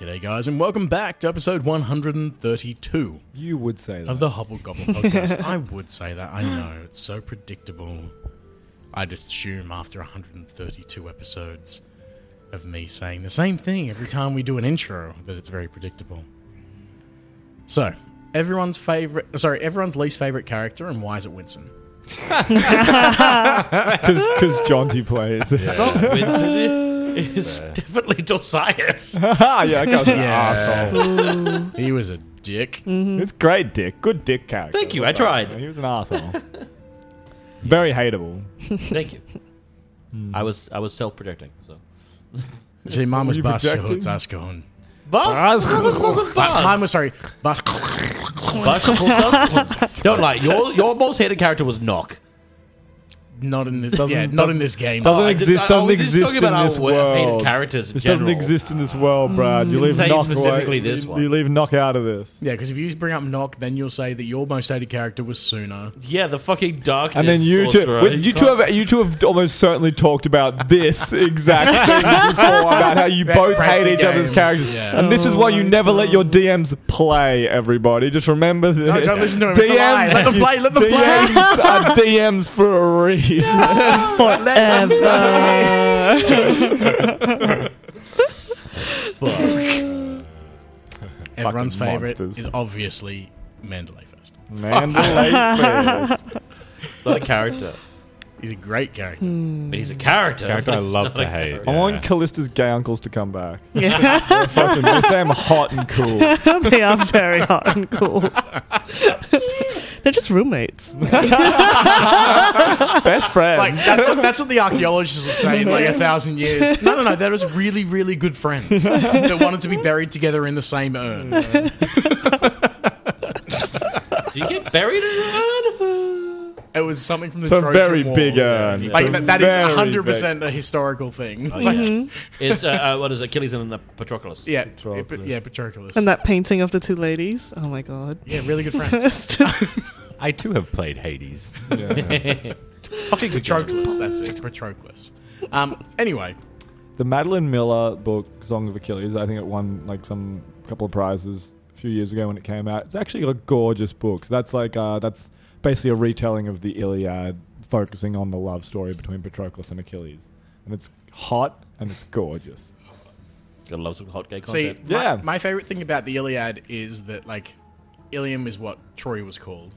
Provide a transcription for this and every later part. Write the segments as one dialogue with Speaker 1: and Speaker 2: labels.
Speaker 1: G'day, guys, and welcome back to episode 132
Speaker 2: You would say that.
Speaker 1: of the Hobble Gobble podcast. I would say that. I know. It's so predictable. I'd assume after 132 episodes of me saying the same thing every time we do an intro that it's very predictable. So, everyone's favorite, sorry, everyone's least favorite character, and why is it Winston?
Speaker 2: Because Jonty plays. Yeah,
Speaker 3: Not Winston. It's definitely Josias.
Speaker 2: Ah, yeah that guy's an
Speaker 1: Yeah.
Speaker 2: asshole.
Speaker 1: He was a dick.
Speaker 2: It's great, Dick. Good Dick character.
Speaker 3: Thank you,
Speaker 2: Well
Speaker 3: I tried.
Speaker 2: done. He was an asshole. Very hateable.
Speaker 3: Thank you.
Speaker 2: Hmm.
Speaker 3: I was I was self projecting. So.
Speaker 1: See, mine was
Speaker 2: you
Speaker 1: Bas
Speaker 2: projecting?
Speaker 1: Ascon.
Speaker 3: Bus?
Speaker 1: Mine was, sorry, Bas.
Speaker 3: Don't lie. Your your most hated character was Knock.
Speaker 1: Not in this,
Speaker 2: Doesn't-
Speaker 1: yeah, not in this game.
Speaker 2: Doesn't
Speaker 3: I just-
Speaker 2: exist.
Speaker 3: I- I
Speaker 2: doesn't
Speaker 3: was just
Speaker 2: exist
Speaker 3: talking about
Speaker 2: in
Speaker 3: our
Speaker 2: this
Speaker 3: word of hated
Speaker 2: world.
Speaker 3: characters in
Speaker 2: This doesn't
Speaker 3: general.
Speaker 2: exist in this world, Brad. You leave
Speaker 3: Mm. say
Speaker 2: knock
Speaker 3: specifically
Speaker 2: away.
Speaker 3: this
Speaker 2: you,
Speaker 3: one.
Speaker 2: you leave knock out of this,
Speaker 1: Yeah, because if you bring up Knock, then you'll say that your most hated character was Sooner.
Speaker 3: Yeah, the fucking darkness.
Speaker 2: and then you two,
Speaker 3: sorcerer.
Speaker 2: wait, you two
Speaker 3: can't-
Speaker 2: have you two have almost certainly talked about this exact thing before about how you both
Speaker 1: crack
Speaker 2: hate
Speaker 1: the
Speaker 2: each other's
Speaker 1: game.
Speaker 2: characters,
Speaker 1: Yeah.
Speaker 2: and this is why you never let your DMs play. Everybody, just remember this.
Speaker 1: No, don't listen to him. It's a lie. Let them play. Let them play.
Speaker 2: DMs are DMs for a reason.
Speaker 1: Everyone's
Speaker 2: Fucking
Speaker 1: favorite
Speaker 2: monsters.
Speaker 1: is obviously Mandalay Fest.
Speaker 2: Mandalay Bay.
Speaker 3: not a character.
Speaker 1: He's a great character.
Speaker 4: Mm.
Speaker 3: But he's a character.
Speaker 5: Character I
Speaker 3: He's
Speaker 5: love
Speaker 3: not
Speaker 5: to
Speaker 3: a
Speaker 5: hate.
Speaker 3: character.
Speaker 2: I want Callista's gay uncles to come back. They're fucking, they say I'm hot and cool.
Speaker 4: they are very hot and cool. They're just roommates.
Speaker 2: Best friends.
Speaker 1: Like that's what, that's what the archaeologists will say in like a thousand years. No, no, no. They're just really, really good friends that wanted to be buried together in the same
Speaker 4: Mm.
Speaker 1: urn.
Speaker 3: Do you get buried in an urn?
Speaker 1: It was something from the
Speaker 2: it's a
Speaker 1: Trojan
Speaker 2: very
Speaker 1: War.
Speaker 2: big urn. It's
Speaker 1: Like
Speaker 2: a
Speaker 1: that, that is
Speaker 2: very
Speaker 1: hundred percent a historical thing.
Speaker 3: Oh,
Speaker 1: Like,
Speaker 3: yeah. It's uh, uh, what is it? Achilles and the Patroclus.
Speaker 1: yeah,
Speaker 2: Patroclus.
Speaker 1: yeah, Patroclus.
Speaker 4: And that painting of the two ladies. Oh my god.
Speaker 1: yeah, really good friends.
Speaker 4: It's just
Speaker 5: I too have played Hades.
Speaker 2: big- yeah.
Speaker 1: Fucking Patroclus. That's it. Patroclus. Um. Anyway.
Speaker 2: The Madeline Miller book, Song of Achilles, I think it won like some couple of prizes a few years ago when it came out. It's actually a gorgeous book. That's like uh, that's basically a retelling of the Iliad, focusing on the love story between Patroclus and Achilles, and it's hot and it's gorgeous.
Speaker 3: Gotta love some hot gay
Speaker 1: See,
Speaker 3: content.
Speaker 1: my,
Speaker 2: Yeah.
Speaker 1: my favorite thing about the Iliad is that like Ilium is what Troy was called,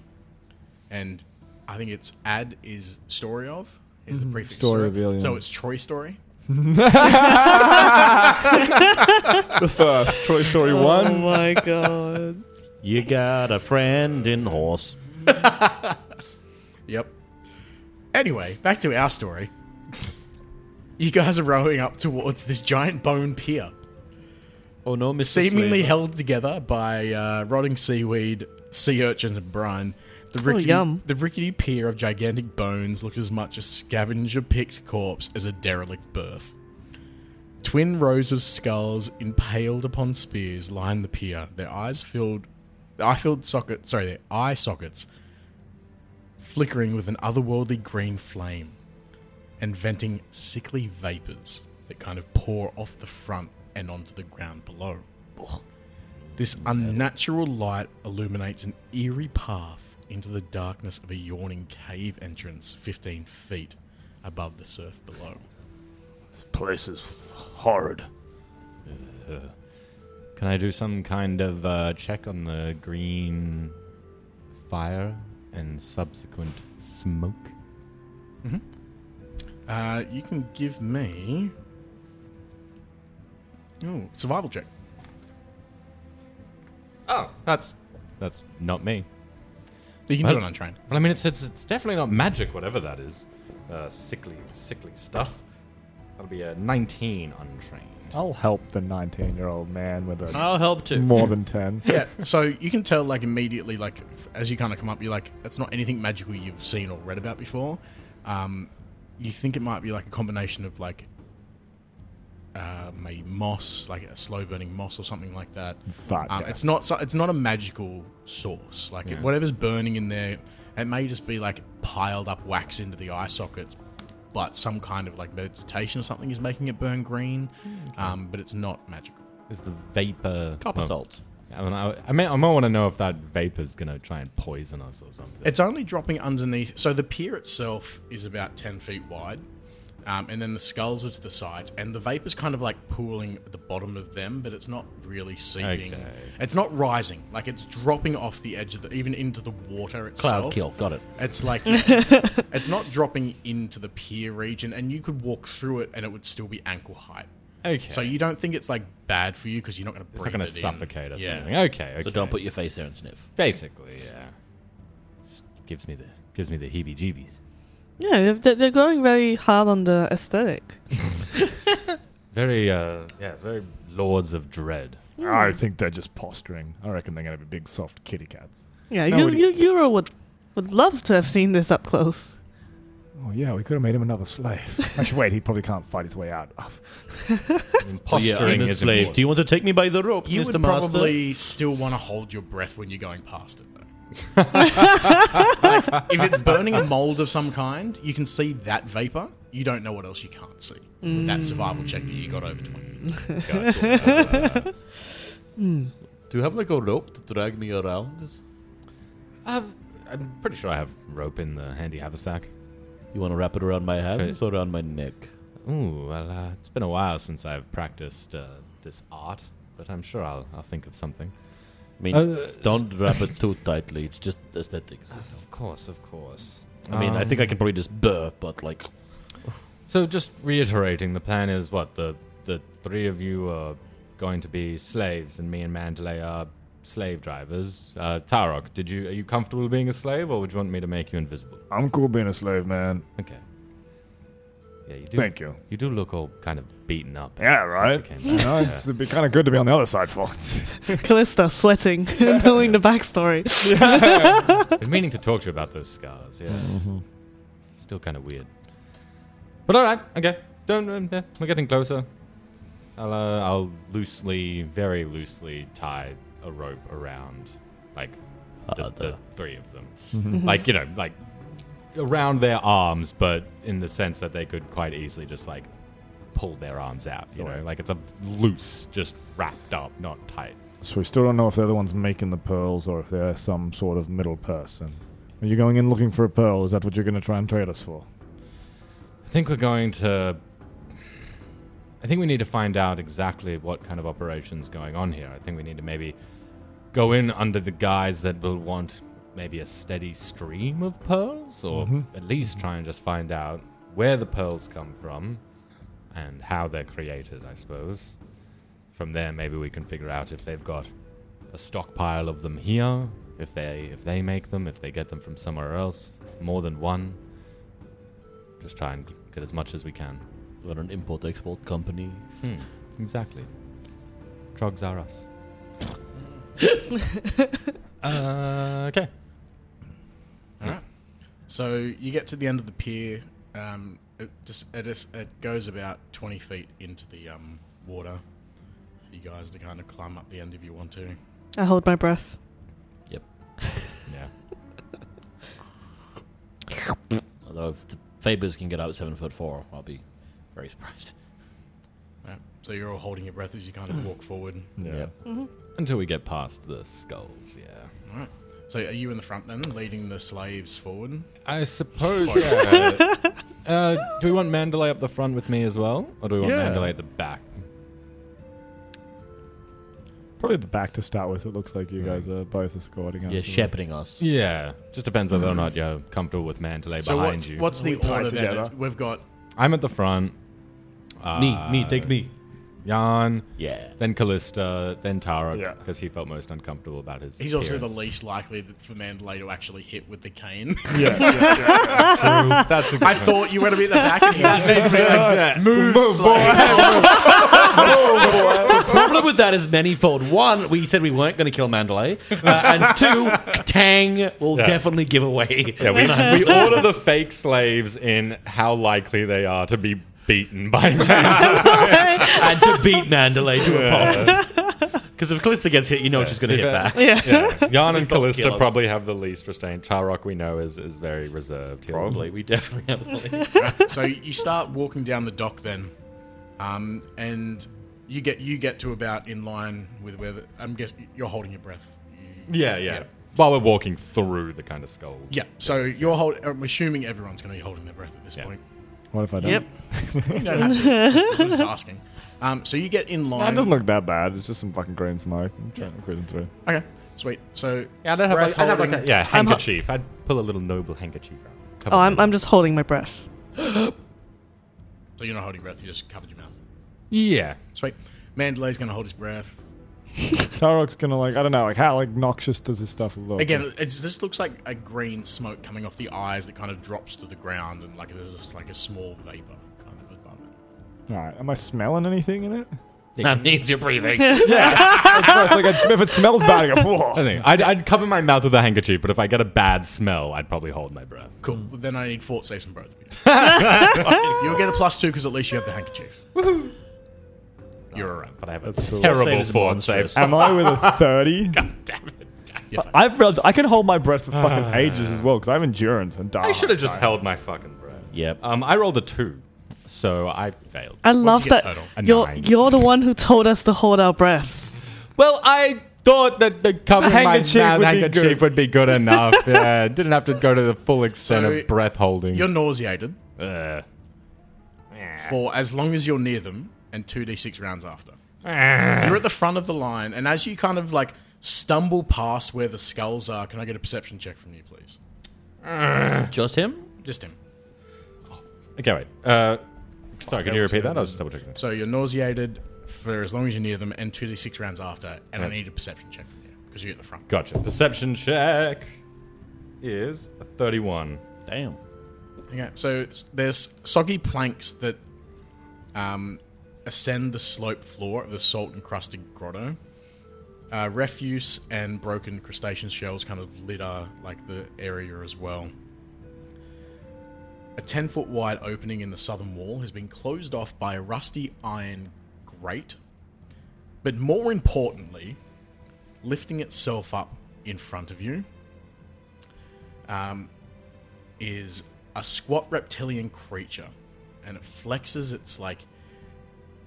Speaker 1: and I think it's ad is story of is the prefix
Speaker 2: Mm-hmm. Story of Ilium.
Speaker 1: So it's Troy story.
Speaker 2: The first Troy Story
Speaker 4: Oh
Speaker 2: one.
Speaker 4: my god.
Speaker 3: You got a friend in horse.
Speaker 1: Yep. Anyway, back to our story. You guys are rowing up towards this giant bone pier,
Speaker 3: Oh no, Mr.
Speaker 1: seemingly
Speaker 3: Slater.
Speaker 1: held together by uh, rotting seaweed, sea urchins, and brine. The rickety,
Speaker 4: yum.
Speaker 1: the rickety pier of gigantic bones looked as much a scavenger-picked corpse as a derelict berth. Twin rows of skulls impaled upon spears lined the pier. Their eyes filled, eye filled sockets. Sorry, their eye sockets flickering with an otherworldly green flame, and venting sickly vapors that kind of pour off the front and onto the ground below. This unnatural light illuminates an eerie path into the darkness of a yawning cave entrance, fifteen feet above the surf below.
Speaker 3: place is horrid.
Speaker 5: Can I do some kind of uh, check on the green fire and subsequent smoke?
Speaker 1: Uh, you can give me. Oh, survival check.
Speaker 5: Oh, that's that's not me.
Speaker 1: You can
Speaker 5: Well-
Speaker 1: do it untrained.
Speaker 5: Well, I mean, it's it's, it's definitely not magic, whatever that is. Uh, sickly, sickly stuff. That'll be a nineteen untrained.
Speaker 2: I'll help the 19-year-old man with a
Speaker 3: I'll help too.
Speaker 2: more than 10.
Speaker 1: yeah, so you can tell like immediately, like f- as you kind of come up, you're like, it's not anything magical you've seen or read about before. Um, you think it might be like a combination of like uh, maybe moss, like a slow burning moss or something like that.
Speaker 2: Fuck.
Speaker 3: Ah,
Speaker 1: Um, it's not so, it's not a magical source. Like
Speaker 5: Yeah.
Speaker 1: whatever's burning in there, it may just be like piled up wax into the eye sockets, but some kind of like vegetation or something is making it burn green. Um, but it's not magical.
Speaker 5: is the vapor
Speaker 3: Copper
Speaker 5: oh.
Speaker 3: salt.
Speaker 5: I don't know. I, may, I might want to know if that vapor's going to try and poison us or something.
Speaker 1: It's only dropping underneath. So the pier itself is about 10 feet wide. Um, and then the skulls are to the sides. And the vapor's kind of like pooling at the bottom of them, but it's not really seeping.
Speaker 5: Okay.
Speaker 1: It's not rising. Like it's dropping off the edge of the, even into the water itself.
Speaker 3: Cloud kill. Got it.
Speaker 1: It's like it's, it's not dropping into the pier region, and you could walk through it, and it would still be ankle height.
Speaker 5: okay.
Speaker 1: So you don't think it's like bad for you because you're not going to
Speaker 5: it's
Speaker 1: breathe
Speaker 5: not going
Speaker 1: it
Speaker 5: to
Speaker 1: in.
Speaker 5: suffocate us
Speaker 1: Yeah.
Speaker 5: or anything. Okay, okay.
Speaker 3: So don't put your face there and sniff.
Speaker 5: Basically, yeah. Just gives me the gives me the heebie-jeebies.
Speaker 4: Yeah, they're, they're going very hard on the aesthetic.
Speaker 5: Very uh yeah, very lords of dread.
Speaker 2: I think they're just posturing. I reckon they're going to be big, soft kitty cats.
Speaker 4: Yeah, you,
Speaker 2: Nobody-
Speaker 4: you, Euro would would love to have seen this up close.
Speaker 2: Oh, yeah, we could have made him another slave. Actually, wait, he probably can't fight his way out.
Speaker 5: Posturing is important.
Speaker 3: Do you want to take me by the rope,
Speaker 1: You
Speaker 3: Mr.
Speaker 1: would
Speaker 3: Master?
Speaker 1: probably still want to hold your breath when you're going past it, though. like, if it's burning a mold of some kind, you can see that vapor. You don't know what else you can't see with that survival check that you got over 20.
Speaker 3: Do you have like a rope to drag me around?
Speaker 5: I've, I'm pretty sure I have rope in the handy haversack.
Speaker 3: You want to wrap it around my hands or around my neck?
Speaker 5: Ooh, well, uh, it's been a while since I've practiced uh, this art, but I'm sure I'll, I'll think of something.
Speaker 3: I mean,
Speaker 5: Uh,
Speaker 3: don't wrap it too tightly. It's just aesthetics.
Speaker 5: Of course, of course.
Speaker 3: I mean, I think I can probably just burr, but like,
Speaker 5: So, just reiterating, the plan is what the the three of you are going to be slaves, and me and Mandalay are slave drivers. Uh, Tarok, did you are you comfortable being a slave, or would you want me to make you invisible?
Speaker 2: I'm cool being a slave, man.
Speaker 5: Okay. Yeah, you do.
Speaker 2: Thank you.
Speaker 5: You do look all kind of beaten up.
Speaker 2: Yeah,
Speaker 5: since
Speaker 2: right?
Speaker 5: you came
Speaker 2: You
Speaker 5: back.
Speaker 2: know,
Speaker 5: Yeah.
Speaker 2: it's, it'd be kind of good to be on the other side for once.
Speaker 4: Callista sweating, knowing the backstory.
Speaker 5: I've been meaning to talk to you about those scars. Yeah, it's- it's still kind of weird. But all right, okay. Don't. um, yeah, we're getting closer. I'll, uh, I'll loosely, very loosely, tie a rope around, like the,
Speaker 3: Uh,
Speaker 5: the
Speaker 3: the-
Speaker 5: three of them, like you know, like around their arms, but in the sense that they could quite easily just like pull their arms out. You know,
Speaker 2: Sure.
Speaker 5: like it's a loose, just wrapped up, not tight.
Speaker 2: so we still don't know if they're the ones making the pearls or if they're some sort of middle person. Are you going in looking for a pearl? Is that what you're going to try and trade us for?
Speaker 5: I think we're going to. I think we need to find out exactly what kind of operations going on here. I think we need to maybe go in under the guise that we'll want maybe a steady stream of pearls, or at least try and just find out where the pearls come from and how they're created. I suppose. From there, maybe we can figure out if they've got a stockpile of them here, if they if they make them, if they get them from somewhere else, more than one. Just try and get as much as we can.
Speaker 3: we're an import-export company.
Speaker 5: Hmm, Exactly. Drugs are us. uh, okay.
Speaker 1: All right. So you get to the end of the pier. Um, it just it, is, it goes about 20 feet into the um, water for you guys to kind of climb up the end if you want to.
Speaker 4: I hold my breath.
Speaker 5: Yeah.
Speaker 3: Although if the Fabers can get out seven foot four, I'll be very surprised.
Speaker 1: All right. So you're all holding your breath as you kind of walk forward.
Speaker 3: Yep.
Speaker 5: Until we get past the skulls, yeah.
Speaker 1: All right. So are you in the front then, leading the slaves forward?
Speaker 5: I suppose. yeah. uh, do we want Mandalay up the front with me as well, or do we want
Speaker 2: Yeah.
Speaker 5: Mandalay at the back?
Speaker 2: Probably the back to start with. It looks like you guys are both escorting us.
Speaker 3: You're shepherding us.
Speaker 5: Yeah, just depends whether or not you're comfortable with Mandalay
Speaker 1: So
Speaker 5: behind
Speaker 1: what's,
Speaker 5: you.
Speaker 1: what's the
Speaker 2: We tie
Speaker 1: order then?
Speaker 2: together.
Speaker 1: It's- We've got
Speaker 5: I'm at the front. Uh,
Speaker 3: me.
Speaker 5: Jan,
Speaker 3: Yeah.
Speaker 5: then Callista, then Tara,
Speaker 2: Yeah.
Speaker 5: because he felt most uncomfortable about his.
Speaker 1: he's also the
Speaker 5: appearance.
Speaker 1: least likely that for Mandalay to actually hit with the cane.
Speaker 2: Yeah, yeah, yeah.
Speaker 5: That's a good
Speaker 1: I thought you were gonna be at the back and he was
Speaker 5: That's
Speaker 1: like,
Speaker 5: it.
Speaker 1: move,
Speaker 5: Move,
Speaker 1: slave."
Speaker 3: problem with that is manifold. One, we said we weren't going to kill Mandalay, uh, and two, Tang will
Speaker 5: Yeah.
Speaker 3: definitely give away.
Speaker 5: Yeah, we, we order the fake slaves in how likely they are to be beaten by man.
Speaker 4: Oh,
Speaker 3: and to beat Mandalay to a pulp. Because if Callista gets hit, you know she's going to
Speaker 5: If,
Speaker 3: hit
Speaker 5: uh,
Speaker 3: back.
Speaker 4: Yeah.
Speaker 5: yeah. Jan and
Speaker 3: both kill
Speaker 5: Callista
Speaker 3: him.
Speaker 5: probably have the least restraint. Tarok, we know, is, is very reserved. He'll-
Speaker 3: Probably, we definitely have.
Speaker 1: so you start walking down the dock then, um, and You get you get to about in line with where the, I'm guess you're holding your breath. You-
Speaker 5: Yeah, yeah. While we're walking through the kind of skull.
Speaker 1: Yeah. So you're hold, I'm assuming everyone's going to be holding their breath at this
Speaker 5: Yeah.
Speaker 1: point.
Speaker 2: What if I don't?
Speaker 4: Yep.
Speaker 1: You don't have to. I'm just asking. Um, so you get in
Speaker 2: Nah, it
Speaker 1: line.
Speaker 2: doesn't look that bad. It's just some fucking green smoke. I'm trying to cruise through.
Speaker 1: okay. Sweet. So
Speaker 5: Yeah, I don't have,
Speaker 1: breath
Speaker 5: like, I have like
Speaker 1: holding-
Speaker 5: a yeah,
Speaker 4: I'm ho-
Speaker 5: handkerchief. I'd pull a little noble handkerchief out. Cover
Speaker 4: Oh, I'm,
Speaker 5: my-
Speaker 4: I'm just holding my breath.
Speaker 1: So you're not holding your breath. You just covered your mouth.
Speaker 5: Yeah.
Speaker 1: Sweet. Mandalay's going to hold his breath.
Speaker 2: Tarok's gonna like I don't know like how like noxious does this stuff look?
Speaker 1: Again, it's, this looks like a green smoke coming off the eyes that kind of drops to the ground, and like there's just like a small vapor kind of above it.
Speaker 2: all right. Am I smelling anything in it?
Speaker 3: That means you're breathing.
Speaker 2: It's like it's, if it smells bad, I go,
Speaker 5: I
Speaker 2: "Whoa."
Speaker 5: think I'd, I'd cover my mouth with a handkerchief, but if I get a bad smell, I'd probably hold my breath.
Speaker 1: Cool. Well, then I need fort saves from both of you. You'll get a plus two because at least you have the handkerchief. You're all right.
Speaker 5: But I have a
Speaker 2: That's cool.
Speaker 5: terrible
Speaker 3: Save is
Speaker 5: fort
Speaker 3: monstrous.
Speaker 5: save.
Speaker 2: Am I with a thirty?
Speaker 5: Damn it.
Speaker 1: You're fine.
Speaker 2: I've realized I can hold my breath for fucking ages as well because Ah. I have endurance and die.
Speaker 5: I should have just held my fucking breath.
Speaker 3: Oh, Yep.
Speaker 5: Um, I rolled a two, so I failed.
Speaker 4: I love
Speaker 1: you get
Speaker 4: that
Speaker 1: total?
Speaker 5: A
Speaker 4: you're
Speaker 5: nine.
Speaker 4: you're the one who told us to hold our breaths.
Speaker 5: Well, I thought that the covering
Speaker 2: The
Speaker 5: my
Speaker 2: handkerchief
Speaker 5: mouth
Speaker 2: would be
Speaker 5: handkerchief
Speaker 2: good.
Speaker 5: would be good enough. yeah, didn't have to go to the full extent
Speaker 1: So,
Speaker 5: of breath holding.
Speaker 1: You're nauseated
Speaker 5: Uh,
Speaker 1: for as long as you're near them and 2d6 rounds after.
Speaker 5: Uh.
Speaker 1: You're at the front of the line, and as you kind of like stumble past where the skulls are, can I get a perception check from you, please?
Speaker 3: Just him?
Speaker 1: Just him.
Speaker 5: okay, wait. Uh, sorry, can you repeat that? I was just double checking.
Speaker 1: So you're nauseated for as long as you're near them, and 2d6 rounds after, and I
Speaker 5: Right.
Speaker 1: need a perception check from you because you're at the front.
Speaker 5: Gotcha. Perception check is a 31.
Speaker 3: Damn.
Speaker 1: Okay, so s- there's soggy planks that um, ascend the slope floor of the salt encrusted grotto. Uh, refuse and broken crustacean shells kind of litter like the area as well. A 10 foot wide opening in the southern wall has been closed off by a rusty iron grate, but more importantly, lifting itself up in front of you is a squat reptilian creature and it flexes its like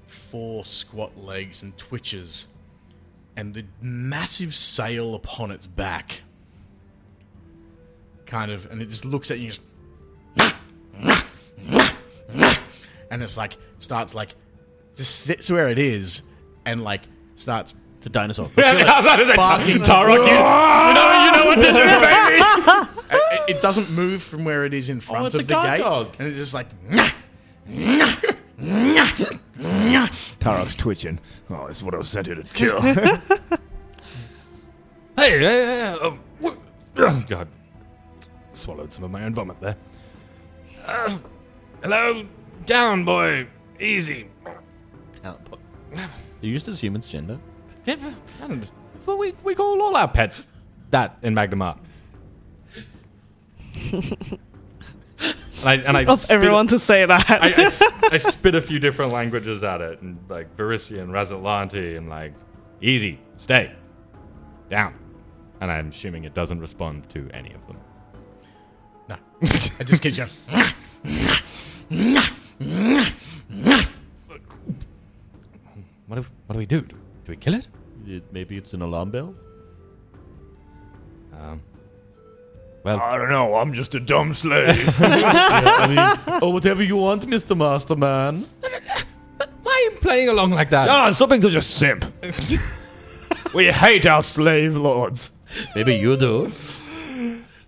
Speaker 1: four squat legs and twitches and the massive sail upon its back kind of and it just looks at you just and it's like starts like just sits where it is and like starts
Speaker 3: It's a dinosaur.
Speaker 1: barking
Speaker 5: Tarok, you, know, you know what to do, baby!
Speaker 1: it, it doesn't move from where it is in front
Speaker 3: Oh, it's
Speaker 1: of
Speaker 3: a
Speaker 1: the
Speaker 3: guard
Speaker 1: gate
Speaker 3: dog.
Speaker 1: and it's just like "Nyah, nyah, nyah, nyah."
Speaker 2: Tarok's twitching. Oh, that's what I was sent here to kill.
Speaker 5: Hey, uh, uh, wh- oh, God. Swallowed some of my own vomit there. Uh, hello? Down, boy. Easy.
Speaker 3: You used as humans gender.
Speaker 5: Yeah, I don't know. That's what we, we call all our pets. That in Magnum Art. and I, and I
Speaker 4: Of
Speaker 5: spit-
Speaker 4: everyone to say that.
Speaker 5: I, I s- I spit a few different languages at it, and like Verisian, Razatlanti, and like, easy, stay, down. And I'm assuming it doesn't respond to any of them.
Speaker 1: No. It just keeps going.
Speaker 5: What do, what do we do? Do we kill it?
Speaker 3: maybe it's an alarm bell?
Speaker 5: Um,
Speaker 2: I don't know. I'm just a dumb slave.
Speaker 3: oh, whatever you want, Mr. Masterman.
Speaker 5: why are you playing along like that?
Speaker 2: Ah, something to just simp. we hate our slave lords.
Speaker 3: Maybe you do.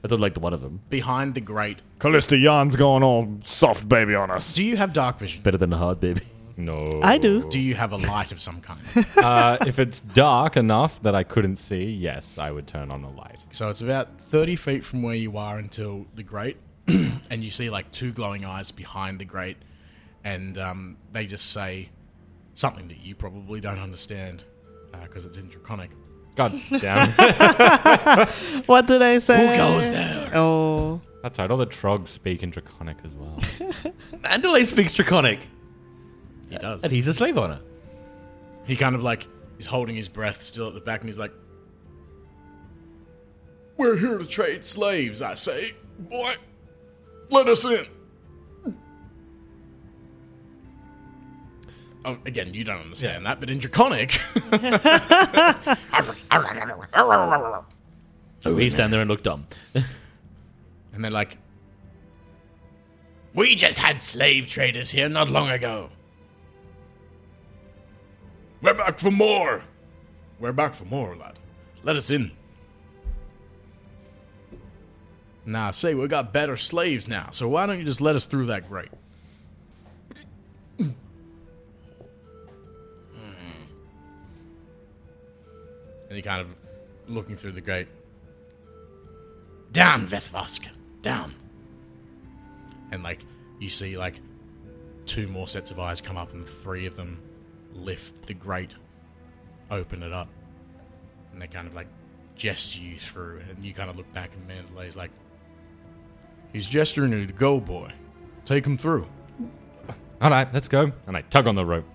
Speaker 3: I don't like the one of them.
Speaker 1: Behind the grate.
Speaker 2: Callista Yarn's gone all soft baby on us.
Speaker 1: Do you have dark vision?
Speaker 3: Better than a hard baby.
Speaker 5: No.
Speaker 4: I do.
Speaker 1: Do you have a light of some kind?
Speaker 5: Uh, if it's dark enough that I couldn't see, yes, I would turn on a light.
Speaker 1: so it's about 30 feet from where you are until the grate, and you see like two glowing eyes behind the grate, and um, they just say something that you probably don't understand because it's in Draconic.
Speaker 5: God damn. it.
Speaker 4: what did I say?
Speaker 1: Who goes there?
Speaker 4: Oh.
Speaker 5: That's right. All the trogs speak in Draconic as well.
Speaker 3: Mandalay speaks Draconic.
Speaker 1: He does.
Speaker 3: And he's a slave owner.
Speaker 1: He kind of like is holding his breath still at the back, and he's like, "We're here to trade slaves." I say, "Boy, let us in." Oh, again, you don't understand that, but in Draconic.
Speaker 5: Oh,
Speaker 3: we stand there and look dumb.
Speaker 1: and they're like, We just had slave traders here not long ago. We're back for more. We're back for more, lad. Let us in. Nah, say we got better slaves now, so why don't you just let us through that grate? Hmm. And he kind of looking through the grate. Down, Vethvosk. Down. And like you see like two more sets of eyes come up and three of them lift the grate, open it up, and they kind of like gesture you through and you kind of look back and Mandalay's like He's gesturing you to go boy. Take him through.
Speaker 5: All right, let's go. And I tug on the rope.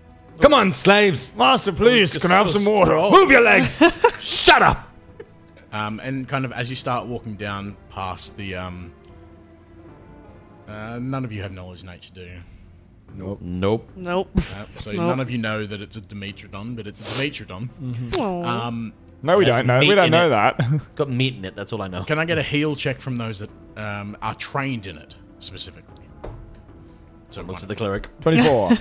Speaker 5: Come on, slaves!
Speaker 2: Master, please, can I have some water?
Speaker 5: Move your legs! Shut up!
Speaker 1: Um, and kind of as you start walking down past the um uh, none of you have knowledge nature, do you?
Speaker 3: Nope.
Speaker 4: Nope.
Speaker 1: Yep, so
Speaker 4: Nope.
Speaker 1: none of you know that it's a Dimetrodon, but it's a Dimetrodon.
Speaker 4: Aw.
Speaker 1: Um,
Speaker 2: No, we
Speaker 3: That's
Speaker 2: don't know. We
Speaker 3: meat
Speaker 2: don't
Speaker 3: in
Speaker 2: know
Speaker 3: it.
Speaker 2: that.
Speaker 3: Got meat in it. That's all I know.
Speaker 1: can I get a heal check from those that um, are trained in it specifically? So
Speaker 3: Looks
Speaker 1: one.
Speaker 3: at the cleric.
Speaker 2: 24.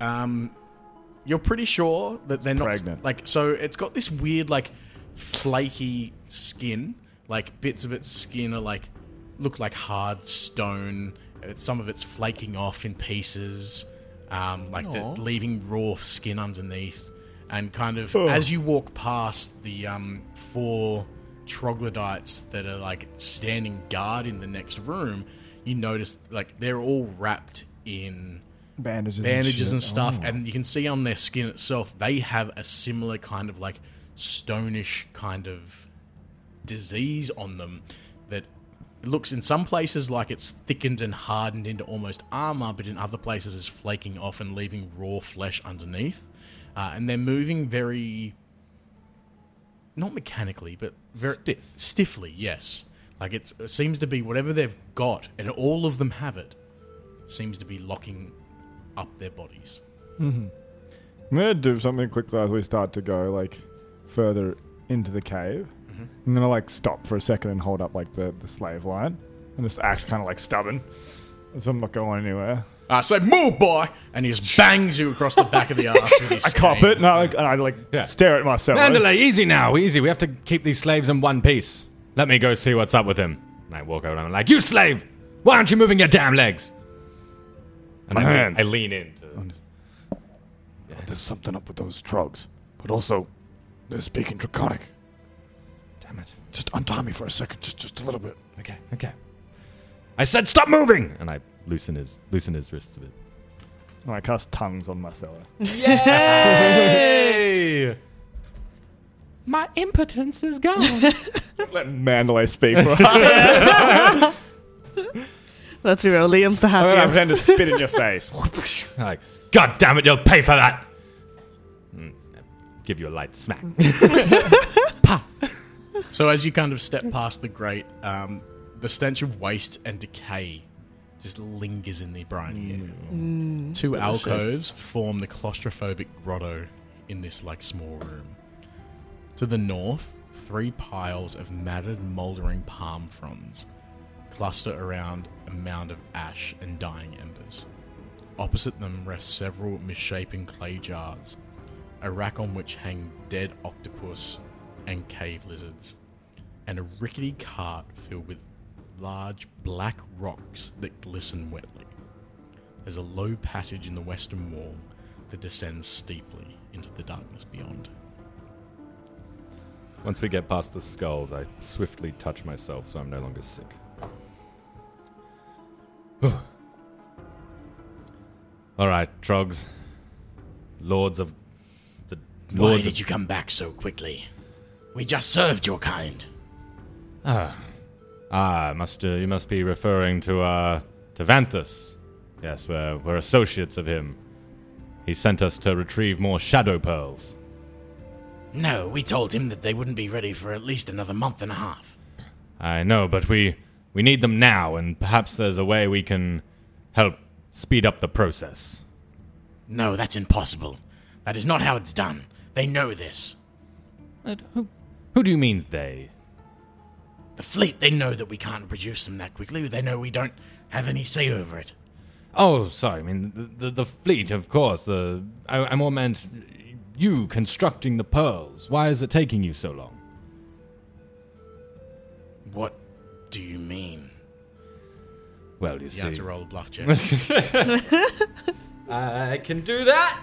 Speaker 1: um, you're pretty sure that they're not
Speaker 2: Pregnant.
Speaker 1: like so. It's got this weird like flaky skin. Like bits of its skin are like look like hard stone. It's, some of it's flaking off in pieces, um, like the, leaving raw skin underneath. And kind of as you walk past the um, four troglodytes that are like standing guard in the next room, you notice like they're all wrapped in
Speaker 2: Bandages.
Speaker 1: bandages and
Speaker 2: shit. Oh.
Speaker 1: stuff, and you can see on their skin itself they have a similar kind of like stonish kind of disease on them that looks in some places like it's thickened and hardened into almost armor, but in other places is flaking off and leaving raw flesh underneath. Uh, and they're moving very not mechanically, but very
Speaker 5: Stiff.
Speaker 1: stiffly. Yes, like it's, it seems to be whatever they've got, and all of them have it. Seems to be locking up their bodies.
Speaker 2: I'm gonna do something quickly as we start to go like further into the cave.
Speaker 5: Mm-hmm.
Speaker 2: I'm gonna like stop for a second and hold up like the, the slave line and just act kind of like stubborn, so I'm not going anywhere.
Speaker 1: I say, Uh, move, boy! And he just bangs you across the back of the ass with his
Speaker 2: I cop
Speaker 1: cane.
Speaker 2: it and I like, and I, like
Speaker 5: Yeah.
Speaker 2: stare at myself.
Speaker 5: Mandalay, easy now, easy. We have to keep these slaves in one piece. Let me go see what's up with him. And I walk over and I'm like, You slave! Why aren't you moving your damn legs? And
Speaker 2: My
Speaker 5: I,
Speaker 2: hands.
Speaker 5: I lean in. To,
Speaker 6: There's something up with those drugs, but also they're speaking draconic.
Speaker 5: damn it.
Speaker 6: Just untie me for a second, just just a little bit.
Speaker 5: Okay, okay. I said, Stop moving! And I loosen his, loosen his wrists a bit.
Speaker 2: And I cast tongues on myself.
Speaker 5: Yay! My impotence is gone.
Speaker 2: Let Mandalay speak for us.
Speaker 4: Let's be real. Liam's the
Speaker 2: I'm gonna pretend
Speaker 4: happiest.
Speaker 2: to spit in your face.
Speaker 5: like, God damn it, you'll pay for that. Mm, Give you a light smack.
Speaker 1: So as you kind of step past the grate, um, the stench of waste and decay just lingers in the briny air. Two alcoves form the claustrophobic grotto in this like small room. To the north, three piles of matted, mouldering palm fronds cluster around a mound of ash and dying embers. Opposite them rest several misshapen clay jars, a rack on which hang dead octopus and cave lizards, and a rickety cart filled with large black rocks that glisten wetly. There's a low passage in the western wall that descends steeply into the darkness beyond.
Speaker 5: Once we get past the skulls, I swiftly touch myself so I'm no longer sick. Whew. All right, Trogs. Lords of the
Speaker 1: Why
Speaker 5: Lords
Speaker 1: did
Speaker 5: of
Speaker 1: you come back so quickly? We just served your kind.
Speaker 5: Ah, must uh, you must be referring to uh to Vanthus? Yes, we're we're associates of him. He sent us to retrieve more shadow pearls.
Speaker 1: No, we told him that they wouldn't be ready for at least another month and a half.
Speaker 5: I know, but we we need them now, and perhaps there's a way we can help speed up the process.
Speaker 1: No, that's impossible. That is not how it's done. They know this.
Speaker 5: But Who, who do you mean they?
Speaker 1: The fleet, they know that we can't produce them that quickly. They know we don't have any say over it.
Speaker 5: Oh, sorry. I mean the the, the fleet, of course. The I, I more meant you constructing the pearls. Why is it taking you so long?
Speaker 1: What do you mean?
Speaker 5: Well, you
Speaker 1: You
Speaker 5: see,
Speaker 1: have to roll a bluff check.
Speaker 5: I can do that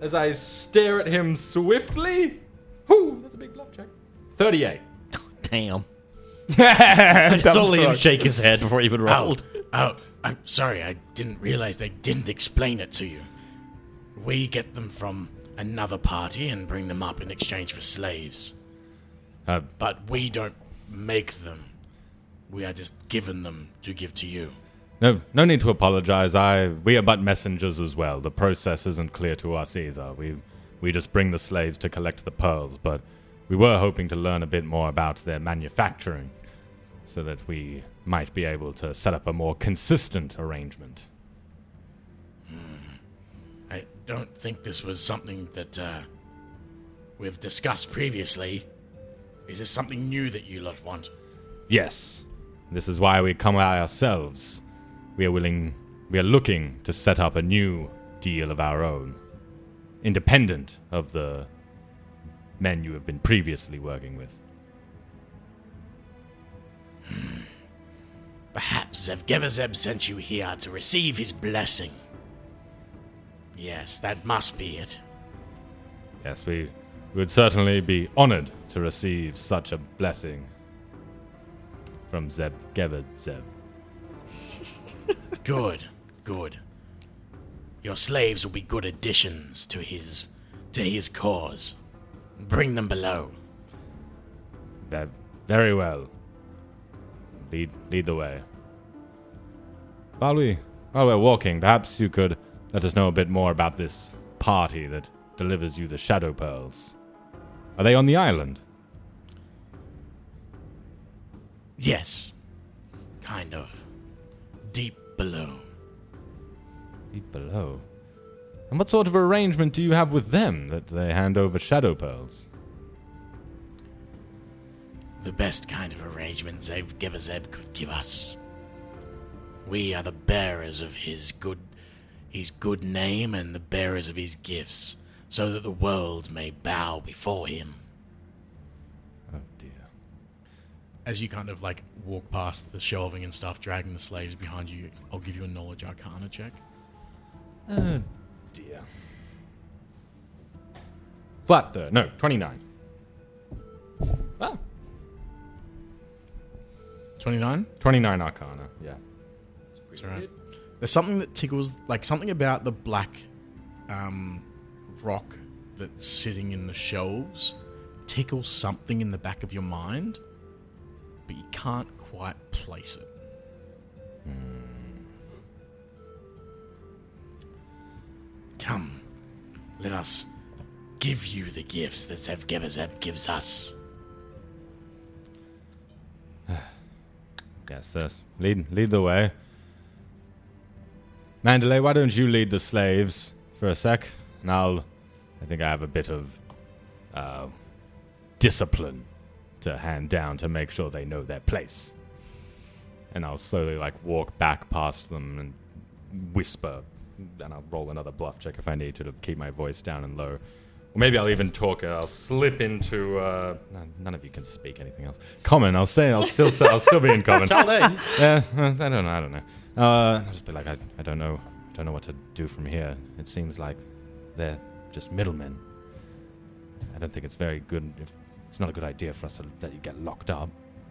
Speaker 5: as I stare at him swiftly. Whoo, that's a big bluff check. Thirty-eight.
Speaker 3: Damn. it's only him shake his head before he even rolled.
Speaker 1: Oh, I'm sorry, I didn't realize they didn't explain it to you. We get them from another party and bring them up in exchange for slaves.
Speaker 5: Uh,
Speaker 1: But we don't make them. We are just given them to give to you.
Speaker 5: No, no need to apologize. I we are but messengers as well. The process isn't clear to us either. We we just bring the slaves to collect the pearls, but we were hoping to learn a bit more about their manufacturing so that we might be able to set up a more consistent arrangement.
Speaker 1: I don't think this was something that uh, we've discussed previously. Is this something new that you lot want?
Speaker 5: Yes. This is why we come by ourselves. We are willing we are looking to set up a new deal of our own. Independent of the men you have been previously working with.
Speaker 1: Perhaps Zevgevezeb sent you here to receive his blessing. Yes, that must be it.
Speaker 5: Yes, we would certainly be honored to receive such a blessing from Zeb Gevad Zev.
Speaker 1: Good, good. Your slaves will be good additions to his to his cause. Bring them below.
Speaker 5: Ve- Very well. Lead, lead the way. While, we, while we're walking, perhaps you could let us know a bit more about this party that delivers you the Shadow Pearls. Are they on the island?
Speaker 1: Yes. Kind of. Deep below.
Speaker 5: Deep below. And what sort of arrangement do you have with them that they hand over Shadow Pearls?
Speaker 1: The best kind of arrangement Zevgevezeb could give us. We are the bearers of his good his good name and the bearers of his gifts, so that the world may bow before him.
Speaker 5: Oh dear.
Speaker 1: as you kind of like walk past the shelving and stuff, dragging the slaves behind you, I'll give you a knowledge arcana check.
Speaker 5: Oh dear. Flat third. No, 29. Well,
Speaker 1: 29?
Speaker 5: 29 Arcana. Yeah.
Speaker 1: That's all right. There's something that tickles, like something about the black um, rock that's sitting in the shelves tickles something in the back of your mind, but you can't quite place it. Hmm. Come, let us give you the gifts that Zevgebezeb gives us.
Speaker 5: Yes, yes. Lead, lead the way. Mandalay, why don't you lead the slaves for a sec? And I'll. I think I have a bit of uh, discipline to hand down to make sure they know their place. And I'll slowly, like, walk back past them and whisper. And I'll roll another bluff check if I need to to keep my voice down and low. Or maybe I'll even talk. uh, I'll slip into. Uh, none- none of you can speak anything else. Common. I'll say. I'll still. Say, I'll still be in common.
Speaker 3: Well,
Speaker 5: Yeah, uh, I don't know. I don't know. Uh, I'll just be like, I, I don't know. I don't know what to do from here. It seems like they're just middlemen. I don't think it's very good. If, it's not a good idea for us to let you get locked up.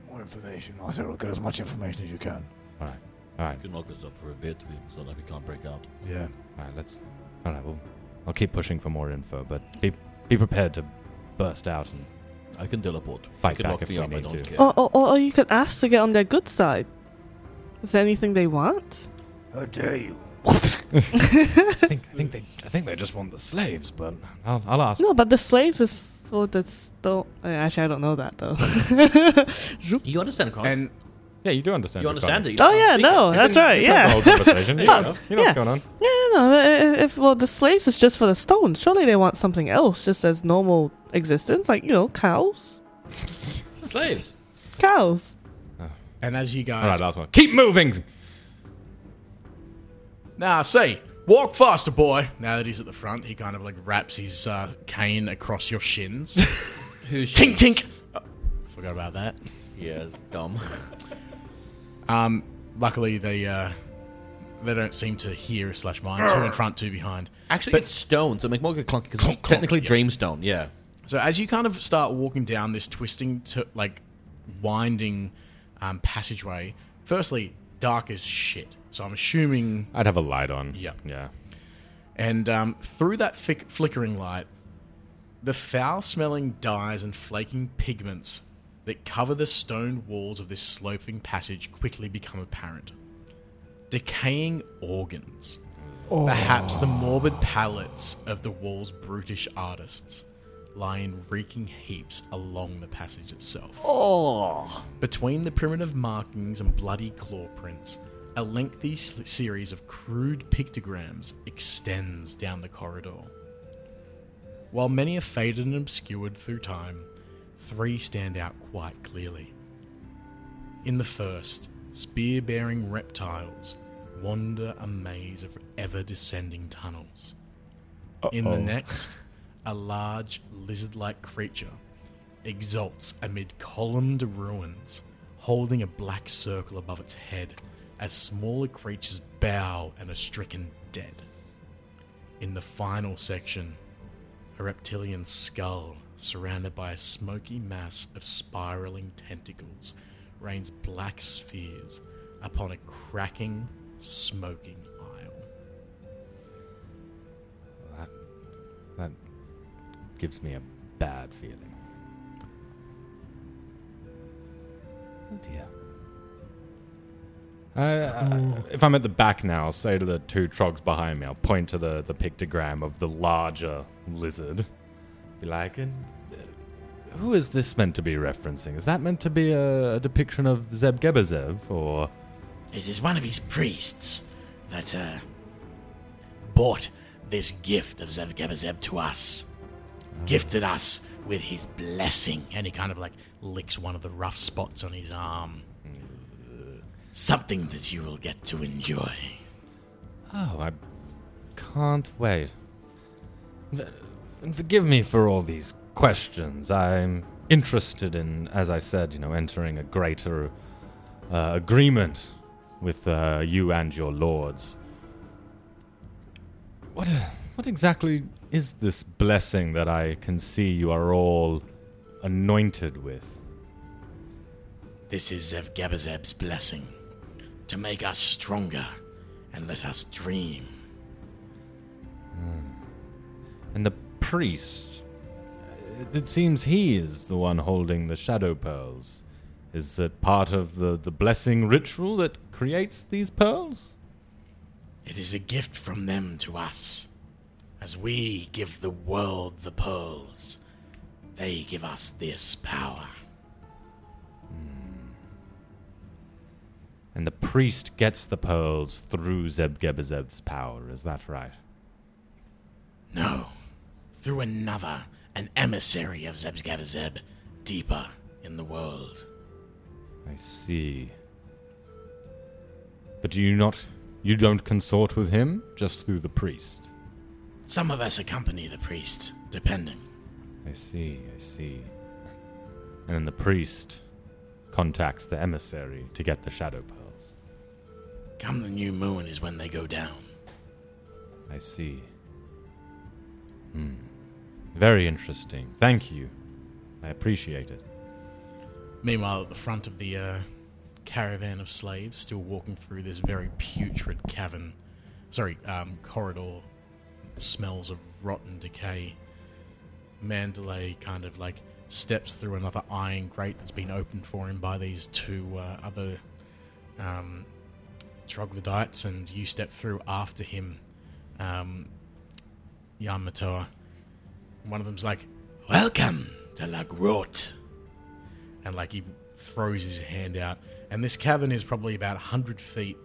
Speaker 6: More information, Arthur. Get as much information as you can.
Speaker 5: All right. All right.
Speaker 7: You can lock us up for a bit. We, so that we can't break out.
Speaker 6: Yeah.
Speaker 5: All right. Let's. All right. Well, I'll keep pushing for more info, but be be prepared to burst out and
Speaker 7: I can teleport.
Speaker 5: Fight
Speaker 7: you can
Speaker 5: back
Speaker 7: lock
Speaker 5: if
Speaker 7: me
Speaker 5: we
Speaker 7: up. I
Speaker 5: need
Speaker 7: don't
Speaker 5: to.
Speaker 7: care.
Speaker 4: Or, or, or oh, you could ask to get on their good side. Is there anything they want?
Speaker 6: How dare you?
Speaker 5: I think I think they I think they just want the slaves, but I'll I'll ask.
Speaker 4: No, but the slaves is uh, for the. St- actually, I don't know that though.
Speaker 3: You understand, Carl?
Speaker 1: And
Speaker 5: Yeah, you do understand.
Speaker 3: You
Speaker 5: your
Speaker 3: understand it?
Speaker 5: comment.
Speaker 3: you
Speaker 4: Oh
Speaker 3: don't
Speaker 4: yeah,
Speaker 3: speak
Speaker 4: no,
Speaker 3: it.
Speaker 4: that's right.
Speaker 5: The
Speaker 4: Yeah,
Speaker 5: whole conversation. you know, you
Speaker 4: Yeah.
Speaker 5: know what's going on.
Speaker 4: yeah, no. no, i- If well, the slaves is just for the stones. Surely they want something else, just as normal existence, like you know, cows,
Speaker 3: Slaves.
Speaker 4: cows.
Speaker 1: And as you
Speaker 5: All right,
Speaker 1: guys
Speaker 5: last one. Keep moving.
Speaker 1: Now, say, Ah, walk faster, boy. Now that he's at the front, he kind of like wraps his uh, cane across your shins.
Speaker 3: Who's
Speaker 1: tink, tink. Oh, forgot about that.
Speaker 3: Yeah, it's dumb.
Speaker 1: Um, luckily, they uh, they don't seem to hear slash mind. Two in front, two behind.
Speaker 3: Actually,
Speaker 1: But-
Speaker 3: it's stone, so make more clunky because
Speaker 1: Clunk,
Speaker 3: it's technically
Speaker 1: clunk, yeah.
Speaker 3: dreamstone. Yeah.
Speaker 1: So as you kind of start walking down this twisting, to, like winding um, passageway, firstly, dark as shit. So I'm assuming
Speaker 5: I'd have a light on.
Speaker 1: Yeah.
Speaker 5: Yeah.
Speaker 1: And um, through that fic- flickering light, the foul smelling dyes and flaking pigments that cover the stone walls of this sloping passage quickly become apparent. Decaying organs. Perhaps the morbid pallets of the wall's brutish artists lie in reeking heaps along the passage itself. Between the primitive markings and bloody claw prints, a lengthy s- series of crude pictograms extends down the corridor. While many are faded and obscured through time, three stand out quite clearly. In the first, spear bearing reptiles wander a maze of ever descending tunnels. In the next, a large lizard like creature exults amid columned ruins, holding a black circle above its head as smaller creatures bow and are stricken dead. In the final section, a reptilian skull surrounded by a smoky mass of spiraling tentacles rains black spheres upon a cracking, smoking aisle.
Speaker 5: That, that gives me a bad feeling. Oh dear. I- I- if I'm at the back now, I'll say to the two trogs behind me, I'll point to the, the pictogram of the larger lizard. Be like, and, uh, who is this meant to be referencing? Is that meant to be a, a depiction of Zeb Gebezev? Or.
Speaker 1: It is one of his priests that uh, bought this gift of Zevgebazeb to us, gifted us with his blessing. And he kind of like licks one of the rough spots on his arm. Something that you will get to enjoy.
Speaker 5: Oh, I can't wait. Th- And forgive me for all these questions. I'm interested in, as I said, you know, entering a greater uh, agreement with uh, you and your lords. What, what exactly is this blessing that I can see you are all anointed with?
Speaker 1: This is Zevgebazeb's blessing to make us stronger and let us dream.
Speaker 5: And the priest, uh, it, it seems he is the one holding the shadow pearls. Is it part of the, the blessing ritual that creates these pearls?
Speaker 1: It is a gift from them to us. As we give the world the pearls, they give us this power.
Speaker 5: And the priest gets the pearls through Zebgebezeb's power, is that right?
Speaker 1: No, through another, an emissary of Zebzgabazeb, deeper in the world.
Speaker 5: I see. But do you not. You don't consort with him, just through the priest?
Speaker 1: Some of us accompany the priest, depending.
Speaker 5: I see, I see. And then the priest contacts the emissary to get the shadow pearls.
Speaker 1: Come the new moon is when they go down.
Speaker 5: I see. Hmm. Very interesting. Thank you. I appreciate it.
Speaker 1: Meanwhile, at the front of the uh, caravan of slaves, still walking through this very putrid cavern, sorry, um, corridor, smells of rotten decay. Mandalay kind of like steps through another iron grate that's been opened for him by these two uh, other um, troglodytes, and you step through after him, um, Yamatoa. One of them's like, Welcome to La Grotte and like he throws his hand out, and this cavern is probably about hundred feet,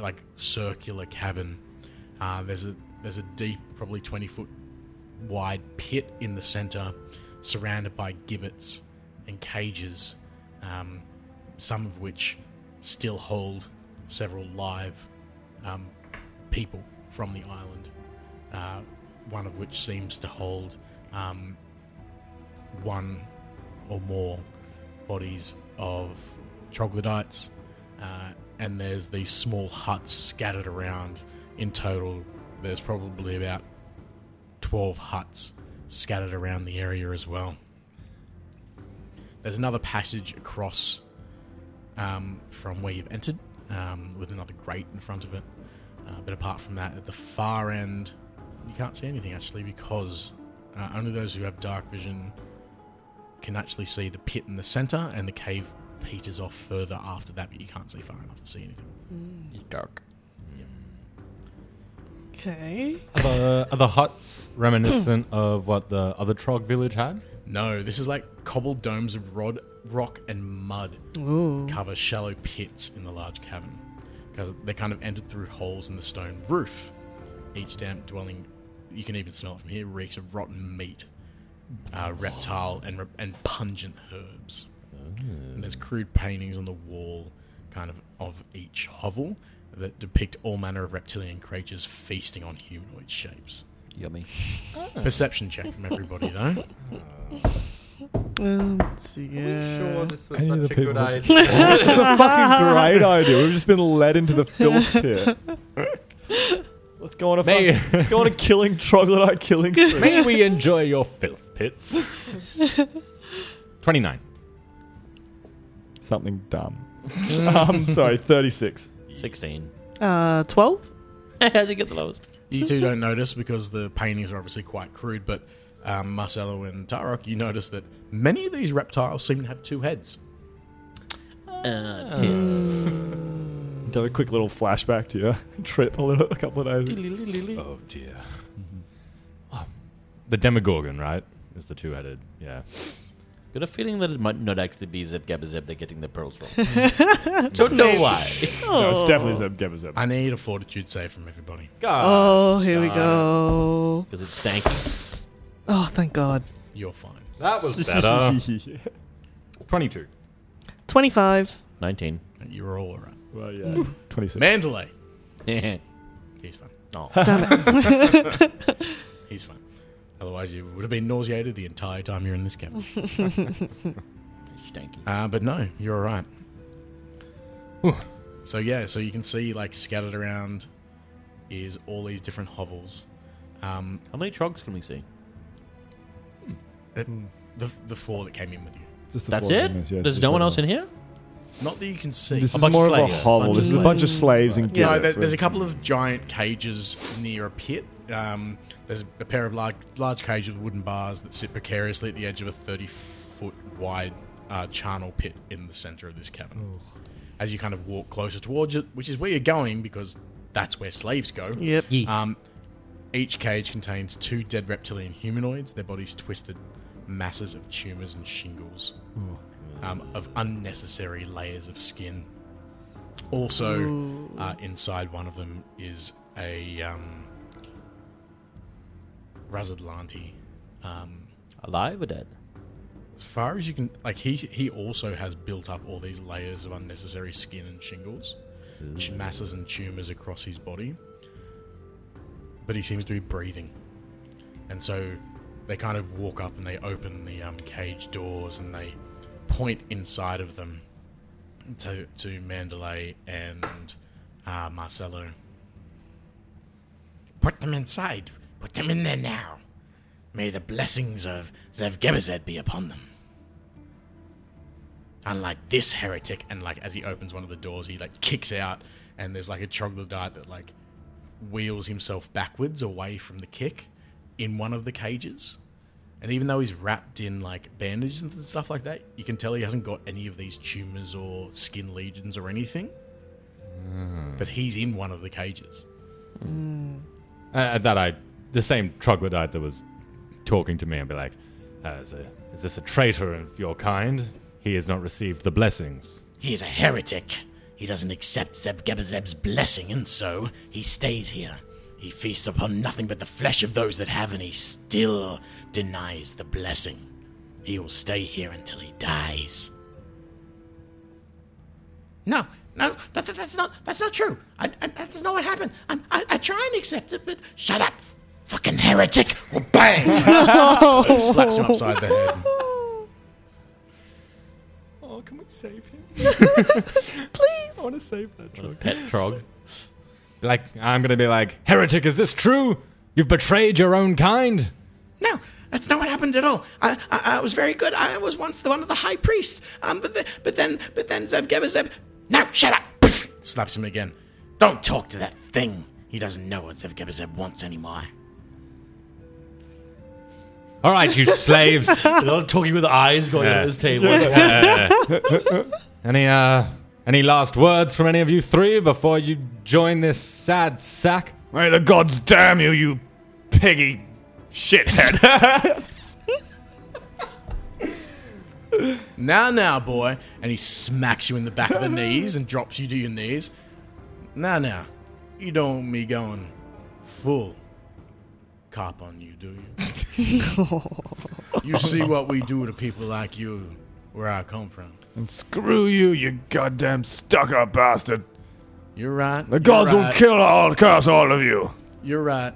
Speaker 1: like circular cavern. Uh, there's a there's a deep, probably twenty foot wide pit in the center, surrounded by gibbets and cages, um, some of which still hold several live um, people from the island. Uh, one of which seems to hold um, one or more bodies of troglodytes, uh, and there's these small huts scattered around. In total, there's probably about 12 huts scattered around the area as well. There's another passage across um, from where you've entered um, with another grate in front of it. Uh, but apart from that, at the far end, you can't see anything actually because uh, only those who have dark vision can actually see the pit in the center and the cave peters off further after that, but you can't see far enough to see anything.
Speaker 6: Dark.
Speaker 4: Okay.
Speaker 5: Are the, are the huts reminiscent of what the other Trog village had?
Speaker 1: No, this is like cobbled domes of rod, rock, and mud
Speaker 4: Ooh.
Speaker 1: cover shallow pits in the large cavern because they kind of entered through holes in the stone roof. Each damp dwelling, you can even smell it from here, reeks of rotten meat, uh, reptile, and, re- and pungent herbs. And there's crude paintings on the wall, kind of, of each hovel that depict all manner of reptilian creatures feasting on humanoid shapes.
Speaker 7: Yummy.
Speaker 1: Perception check from everybody, though.
Speaker 4: Let's see, yeah.
Speaker 5: this
Speaker 2: Any of the people just- This is a fucking great idea. We've just been led into the filth here. Let's go on a
Speaker 5: May-
Speaker 2: fucking, let's go on a killing troglodyte killing. spree.
Speaker 5: May we enjoy your filth pits. 29.
Speaker 2: Something dumb. um, sorry, thirty-six.
Speaker 7: 16.
Speaker 4: Uh, 12?
Speaker 7: How'd you get the lowest?
Speaker 1: You two don't notice because the paintings are obviously quite crude, but um, Marcelo and Tarok, you notice that many of these reptiles seem to have two heads.
Speaker 7: Uh, tits.
Speaker 2: Do a quick little flashback to your trip a little a couple of days. ago.
Speaker 5: Oh dear.
Speaker 2: Mm-hmm.
Speaker 5: Oh, The Demogorgon, right? Is the two headed. Yeah.
Speaker 7: Got a feeling that it might not actually be Zeb Gabba Zeb they're getting the pearls from. Don't know why.
Speaker 2: No, it's definitely Zeb Gabba Zeb.
Speaker 1: I need a fortitude save from everybody.
Speaker 4: Oh, here we go.
Speaker 7: Because it's stanky.
Speaker 4: Oh, thank God.
Speaker 1: You're fine.
Speaker 5: That was better. 22.
Speaker 4: 25.
Speaker 7: 19.
Speaker 1: You're all alright.
Speaker 2: well, yeah, twenty-six.
Speaker 1: Mandalay.
Speaker 7: Yeah.
Speaker 1: He's fine.
Speaker 7: Oh.
Speaker 1: He's fine. Otherwise, you would have been nauseated the entire time you're in this cabin.
Speaker 7: Stanky.
Speaker 1: Uh, but no, you're all right.
Speaker 5: Whew.
Speaker 1: So yeah, so you can see like scattered around is all these different hovels. Um,
Speaker 7: How many trogs can we see?
Speaker 1: the the four that came in with you.
Speaker 2: Just the
Speaker 7: That's
Speaker 2: four
Speaker 7: it?
Speaker 2: of them, yes, just
Speaker 7: There's no
Speaker 2: the
Speaker 7: one else
Speaker 2: four.
Speaker 7: in here?
Speaker 1: Not that you can see.
Speaker 2: This
Speaker 7: A
Speaker 2: is
Speaker 7: bunch of
Speaker 2: more of a
Speaker 7: slaves.
Speaker 2: hovel.
Speaker 7: Bunch of
Speaker 2: This is a bunch of slaves and
Speaker 1: No,
Speaker 2: gibbets.
Speaker 1: there, there's a
Speaker 2: right?
Speaker 1: couple of giant cages near a pit. Um, there's a pair of large, large cages with wooden bars that sit precariously at the edge of a 30 foot wide uh, charnel pit in the center of this cavern. As you kind of walk closer towards it, which is where you're going because that's where slaves go.
Speaker 4: Yep.
Speaker 1: Um, each cage contains two dead reptilian humanoids, their bodies twisted, masses of tumors and shingles, um, of unnecessary layers of skin. Also, uh, inside one of them is a um, Razadlanti. Um,
Speaker 7: Alive or dead?
Speaker 1: as far as you can, like he he also has built up all these layers of unnecessary skin and shingles, ch- masses and tumors across his body. But he seems to be breathing, and so they kind of walk up and they open the um, cage doors and they point inside of them to to Mandalay and uh, Marcelo. Put them inside. Put them in there now. May the blessings of Zevgebizet be upon them. Unlike this heretic, and like as he opens one of the doors, he like kicks out, and there's like a troglodyte that like wheels himself backwards away from the kick in one of the cages. And even though he's wrapped in like bandages and stuff like that, you can tell he hasn't got any of these tumors or skin legions or anything. But he's in one of the cages.
Speaker 5: Uh, that I, the same troglodyte that was talking to me and be like, uh, is, a, is this a traitor of your kind? he has not received the blessings.
Speaker 8: He is a heretic. He doesn't accept Zeb Gebazeb's blessing, and so he stays here. He feasts upon nothing but the flesh of those that have, and he still denies the blessing. He will stay here until he dies.
Speaker 9: No, no, that, that- that's not that's not true. I, I, that's not what happened. I, I, I try and accept it, but shut up, fucking heretic. Well, bang.
Speaker 1: Slaps him upside the head.
Speaker 2: Oh, can we save him?
Speaker 4: Please.
Speaker 2: I want to save that truck.
Speaker 7: Pet trog.
Speaker 5: Like, I'm going to be like, Heretic, is this true? You've betrayed your own kind?
Speaker 9: No, that's not what happened at all. I, I, I was very good. I was once the one of the high priests. Um, but the, but then but then Zeb Gebazeb. No, shut up.
Speaker 8: Slaps him again. Don't talk to that thing. He doesn't know what Zeb Gebazeb wants anymore.
Speaker 5: All right, you slaves.
Speaker 3: A lot of talking with eyes going on
Speaker 5: Yeah.
Speaker 3: at this table.
Speaker 5: Any, uh, any last words from any of you three before you join this sad sack?
Speaker 6: May the gods damn you, you piggy shithead.
Speaker 1: Now, now, boy. And he smacks you in the back of the knees and drops you to your knees. Now, now. You don't want me going full cop on you, do you? you see what we do to people like you where I come from.
Speaker 6: and screw you, you goddamn stuck-up bastard.
Speaker 1: You're right.
Speaker 6: The gods
Speaker 1: you're
Speaker 6: will
Speaker 1: right,
Speaker 6: kill all, curse all of you.
Speaker 1: You're right.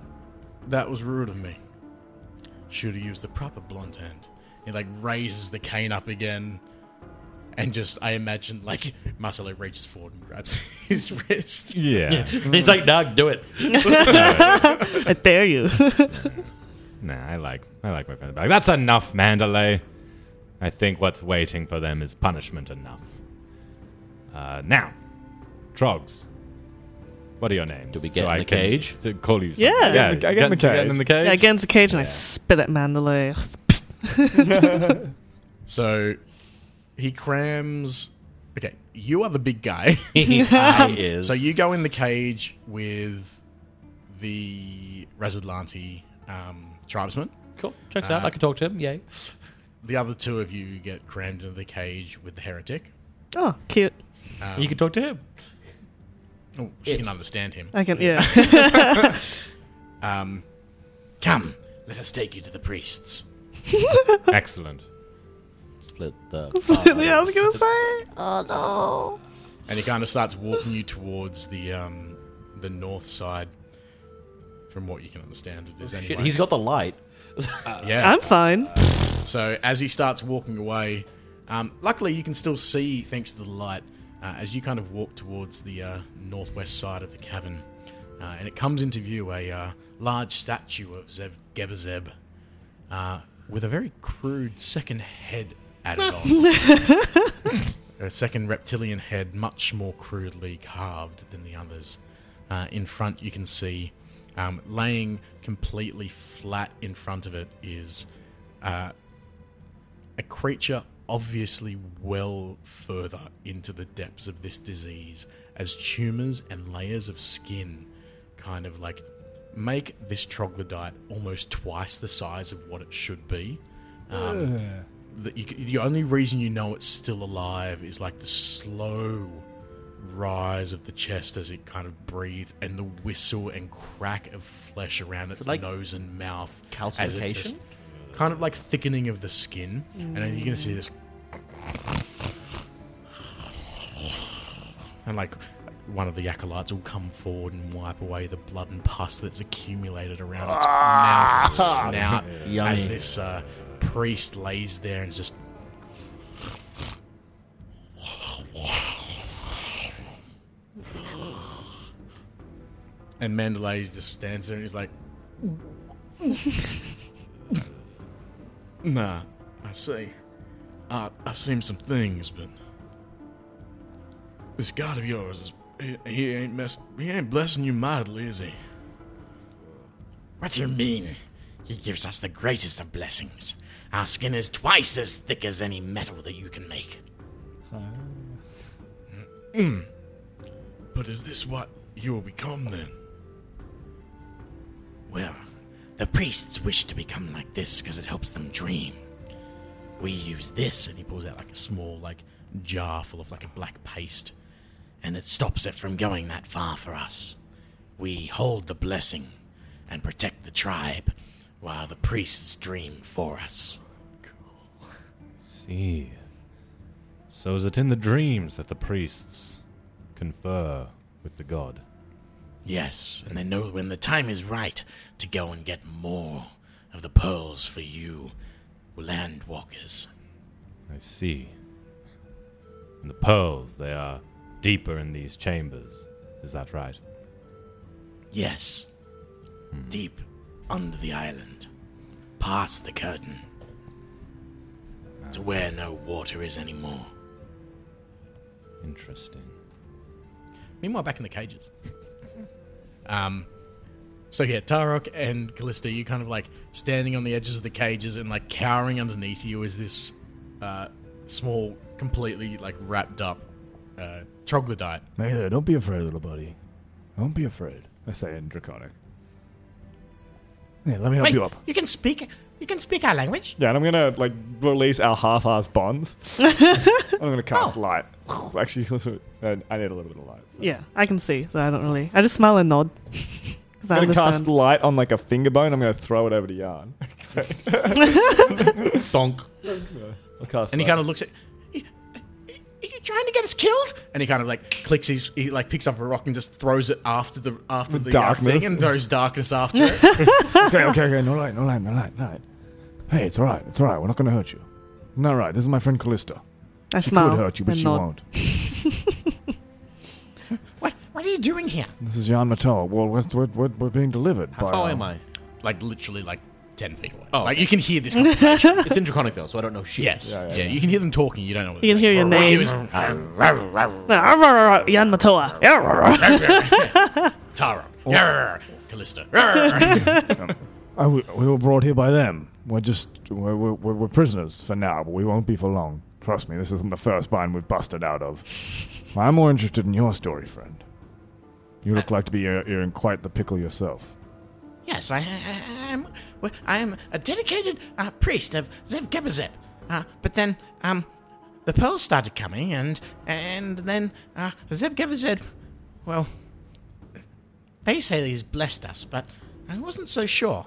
Speaker 1: That was rude of me. Should have used the proper blunt end. He like raises the cane up again, and just I imagine like Marcelo reaches forward and grabs his wrist.
Speaker 5: Yeah.
Speaker 3: He's like, nah, do it.
Speaker 4: I dare you.
Speaker 5: Nah, I like, I like my friend back. That's enough, Mandalay. I think what's waiting for them is punishment enough. Uh, now, Trogs. What are your names? Do
Speaker 7: we get in the cage?
Speaker 5: To call you.
Speaker 4: Yeah.
Speaker 5: something.
Speaker 4: Yeah,
Speaker 2: I get in the
Speaker 5: Get
Speaker 2: cage.
Speaker 5: in the cage.
Speaker 4: yeah, I get into the cage and I spit at Mandalay.
Speaker 1: So he crams. Okay, you are the big guy. Um,
Speaker 7: he is.
Speaker 1: so you go in the cage with the Razadlanti um, tribesman.
Speaker 3: Cool. Checks out. I can talk to him. Yay.
Speaker 1: The other two of you get crammed into the cage with the heretic.
Speaker 4: Oh, cute.
Speaker 1: Um,
Speaker 3: You can talk to him.
Speaker 1: Oh, she
Speaker 7: It.
Speaker 1: can understand him.
Speaker 4: I can, yeah.
Speaker 1: Um, come, let us take you to the priests.
Speaker 5: Excellent.
Speaker 7: split the.
Speaker 4: That's literally what I was gonna say. Oh no.
Speaker 1: And he kind of starts walking you towards the um, the north side. From what you can understand, it is anyway.
Speaker 3: Oh, Shit, he's got the light.
Speaker 1: yeah.
Speaker 4: I'm fine.
Speaker 1: So as he starts walking away, um, luckily you can still see thanks to the light uh, as you kind of walk towards the uh, northwest side of the cavern, uh, and it comes into view a uh, large statue of Zev Gebazeb uh, with a very crude second head added on. a second reptilian head, much more crudely carved than the others. Uh, in front, you can see um, laying completely flat in front of it is uh, a creature obviously well further into the depths of this disease as tumors and layers of skin kind of like make this troglodyte almost twice the size of what it should be um, the, you, c- the only reason you know it's still alive is like the slow rise of the chest as it kind of breathes and the whistle and crack of flesh around its
Speaker 7: like
Speaker 1: nose and mouth as it
Speaker 7: Calcification?
Speaker 1: just kind of like thickening of the skin, and then you're gonna see this, and like one of the acolytes will come forward and wipe away the blood and pus that's accumulated around its mouth and snout
Speaker 7: Yummy.
Speaker 1: as this uh, priest lays there and just. And Mandalay just stands there and he's like, Nah, I see. I, I've seen some things, but this god of yours is. He, he ain't mess. He ain't blessing you mightily, is he?
Speaker 8: What do you mean? He gives us the greatest of blessings. Our skin is twice as thick as any metal that you can make.
Speaker 1: But is this what you will become then?
Speaker 8: Well, the priests wish to become like this because it helps them dream. We use this, and he pulls out like a small like jar full of like a black paste, and it stops it from going that far for us. We hold the blessing and protect the tribe while the priests dream for us.
Speaker 5: See. So is it in the dreams that the priests confer with the god?
Speaker 8: Yes, and they know when the time is right to go and get more of the pearls for you, land walkers.
Speaker 5: I see. And the pearls, they are deeper in these chambers. Is that right?
Speaker 8: Yes,
Speaker 1: Hmm.
Speaker 8: deep under the island, past the curtain, to where no water is anymore.
Speaker 5: Interesting.
Speaker 10: Meanwhile, back in the cages. um, so yeah, Tarok and Callista, you kind of like standing on the edges of the cages and like cowering underneath you is this uh, small, completely like wrapped up uh, troglodyte.
Speaker 2: Hey there, don't be afraid, little buddy. Don't be afraid.
Speaker 11: I say in Draconic.
Speaker 2: Yeah, let me help
Speaker 1: Wait,
Speaker 2: you up.
Speaker 1: you can speak. You can speak our language.
Speaker 11: Yeah, and I'm gonna like release our half-assed bonds. I'm gonna cast light. Actually, I I need a little bit of light. so.
Speaker 4: Yeah, I can see, so I don't really. I just smile and nod. 'Cause I
Speaker 11: I'm gonna
Speaker 4: understand.
Speaker 11: cast light on like a finger bone. I'm gonna throw it over to Yarn. So-
Speaker 10: Donk.
Speaker 11: I'll cast.
Speaker 10: And he
Speaker 11: light.
Speaker 10: kind of looks at
Speaker 1: Are you trying to get us killed?
Speaker 10: and he kind of like clicks his he like picks up a rock and just throws it after the after the, uh,
Speaker 11: darkness.
Speaker 10: thing and throws darkness after it.
Speaker 2: okay, okay, okay. No light, no light, no light, no light. Hey, it's all right. It's all right. We're not going to hurt you. No, right. This is my friend Callista.
Speaker 4: I
Speaker 2: She
Speaker 4: smile
Speaker 2: could hurt you, but
Speaker 4: and
Speaker 2: she
Speaker 4: nod.
Speaker 2: won't.
Speaker 1: What? What are you doing here?
Speaker 2: This is Jan Matoa. Well, we're, we're, we're, we're being delivered
Speaker 7: How
Speaker 2: by. um,
Speaker 7: far
Speaker 2: our-
Speaker 7: am I?
Speaker 10: like literally like ten feet away.
Speaker 7: Oh.
Speaker 10: like you can hear this conversation.
Speaker 7: It's in Draconic, though, so I don't know shit.
Speaker 10: yes. Yeah, you can hear them talking. You don't know. What
Speaker 4: You can hear your name. Yan Matoa. Arr,
Speaker 10: Tara. Yarr. Callista. Yarr.
Speaker 2: I w- we were brought here by them. We're just. We're, we're, we're we're prisoners for now, but we won't be for long. Trust me, this isn't the first bind we've busted out of. I'm more interested in your story, friend. You look like to be uh, you're in quite the pickle yourself.
Speaker 1: Yes, I, I, I am. well, I am a dedicated uh, priest of Zeb Gebazeb. Uh, but then, um, the pearls started coming, and and then uh, Zeb Gebazeb, well, they say he's blessed us, but I wasn't so sure.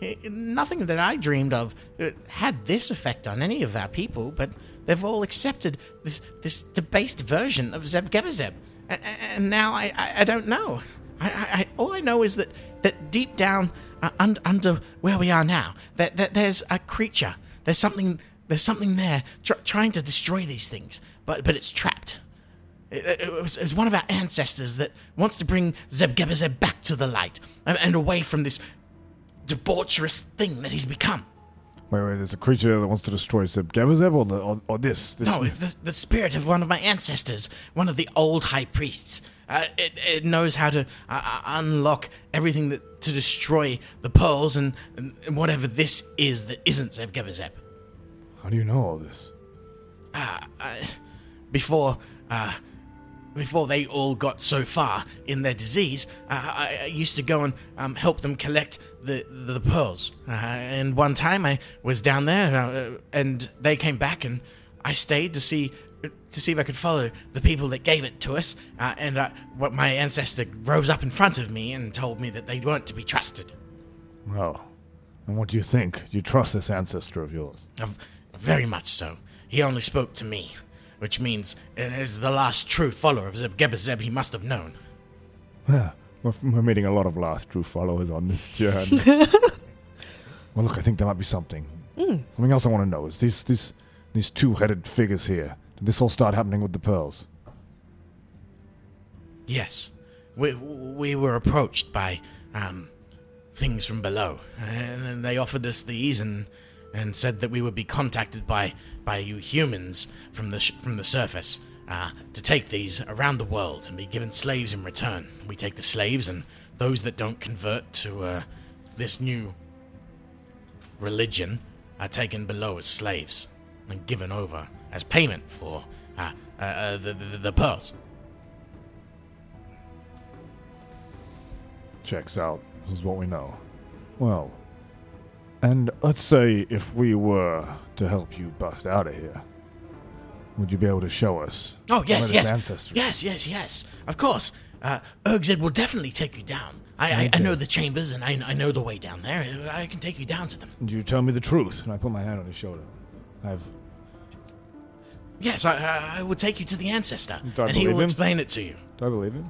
Speaker 1: I- nothing that I dreamed of uh, had this effect on any of our people, but they've all accepted this this debased version of Zeb Gebazeb. A- a- And now I, I, I don't know. I, I, I, all I know is that, that deep down uh, un, under where we are now, that, that there's a creature. There's something. There's something there tr- trying to destroy these things, but but it's trapped. It, it- it was, it was one of our ancestors that wants to bring Zebgebezeb back to the light and, and away from this debaucherous thing that he's become.
Speaker 2: Wait, wait, there's a creature that wants to destroy Zeb Gevazeb or, the- or, or this? this
Speaker 1: No, it's the, the spirit of one of my ancestors, one of the old high priests. Uh, it, it knows how to uh, uh, unlock everything that, to destroy the pearls and, and, and whatever this is that isn't Zebgebezeb.
Speaker 2: How do you know all this?
Speaker 1: uh, before uh, before they all got so far in their disease, uh, I, I used to go and um, help them collect the the, pearls. Uh, and one time I was down there, uh, and they came back, and I stayed to see to see if I could follow the people that gave it to us. Uh, and uh, what my ancestor rose up in front of me and told me that they weren't to be trusted.
Speaker 2: Well, and what do you think? Do you trust this ancestor of yours?
Speaker 1: Uh, v- very much so. He only spoke to me, which means it is the last true follower of Zebgebezeb he must have known.
Speaker 2: We're, we're meeting a lot of last true followers on this journey. well, look, I think there might be something.
Speaker 8: Hmm.
Speaker 2: Something else I want to know is these these these two-headed figures here. Did this all start happening with the pearls?
Speaker 1: Yes, we we were approached by um, things from below, and then they offered us these and and said that we would be contacted by by you humans from the sh- from the surface uh, to take these around the world and be given slaves in return. We take the slaves and those that don't convert to uh, this new religion are taken below as slaves and given over as payment for uh, uh, uh, the, the the pearls.
Speaker 2: Checks out. This is what we know. Well,
Speaker 6: And let's say if we were to help you bust out of here, would you be able to show us?
Speaker 8: Oh, yes,
Speaker 6: Murder's
Speaker 8: yes.
Speaker 6: ancestry.
Speaker 8: Yes, yes, yes. Of course. Uh, Ergzed will definitely take you down. I, I, I know the chambers and I, I know the way down there. I can take you down to them.
Speaker 6: And you tell me the truth. And I put my hand on his shoulder. I've
Speaker 8: Yes, I- I, I will take you to the ancestor
Speaker 6: Don't
Speaker 8: and he
Speaker 6: believe
Speaker 8: will
Speaker 6: him.
Speaker 8: explain it to you.
Speaker 6: do I believe him?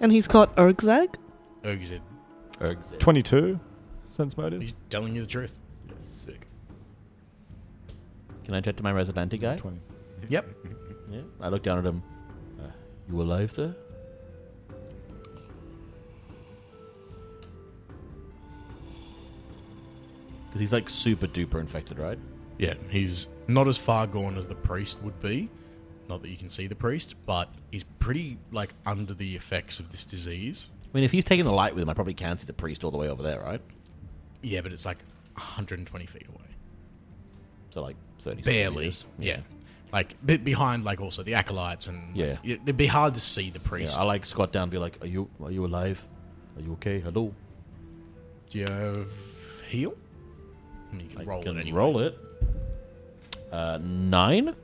Speaker 4: And he's called Ergzag?
Speaker 1: Ergzed,
Speaker 7: Ergs.
Speaker 6: Twenty-two sense motive.
Speaker 1: he's telling you the truth.
Speaker 7: Can I chat to my Residante guy?
Speaker 6: Twenty.
Speaker 1: Yep.
Speaker 7: Yeah. I look down at him. Uh, you alive there? Because he's like super duper infected, right?
Speaker 1: Yeah, he's not as far gone as the priest would be. Not that you can see the priest, but he's pretty like under the effects of this disease.
Speaker 7: I mean, if he's taking the light with him, I probably can see the priest all the way over there, right?
Speaker 1: Yeah, but it's like 120 feet away.
Speaker 7: So like thirty.
Speaker 1: Barely.
Speaker 7: meters.
Speaker 1: Yeah. Like bit behind like also the acolytes and
Speaker 7: Yeah.
Speaker 1: y- it'd be hard to see the
Speaker 7: Yeah,
Speaker 1: priest.
Speaker 7: I like squat down and be like, "Are you are you alive? Are you okay? Hello."
Speaker 1: Do you have heal? I mean, you can
Speaker 7: I
Speaker 1: roll
Speaker 7: can
Speaker 1: it anyway.
Speaker 7: roll it. Uh, nine.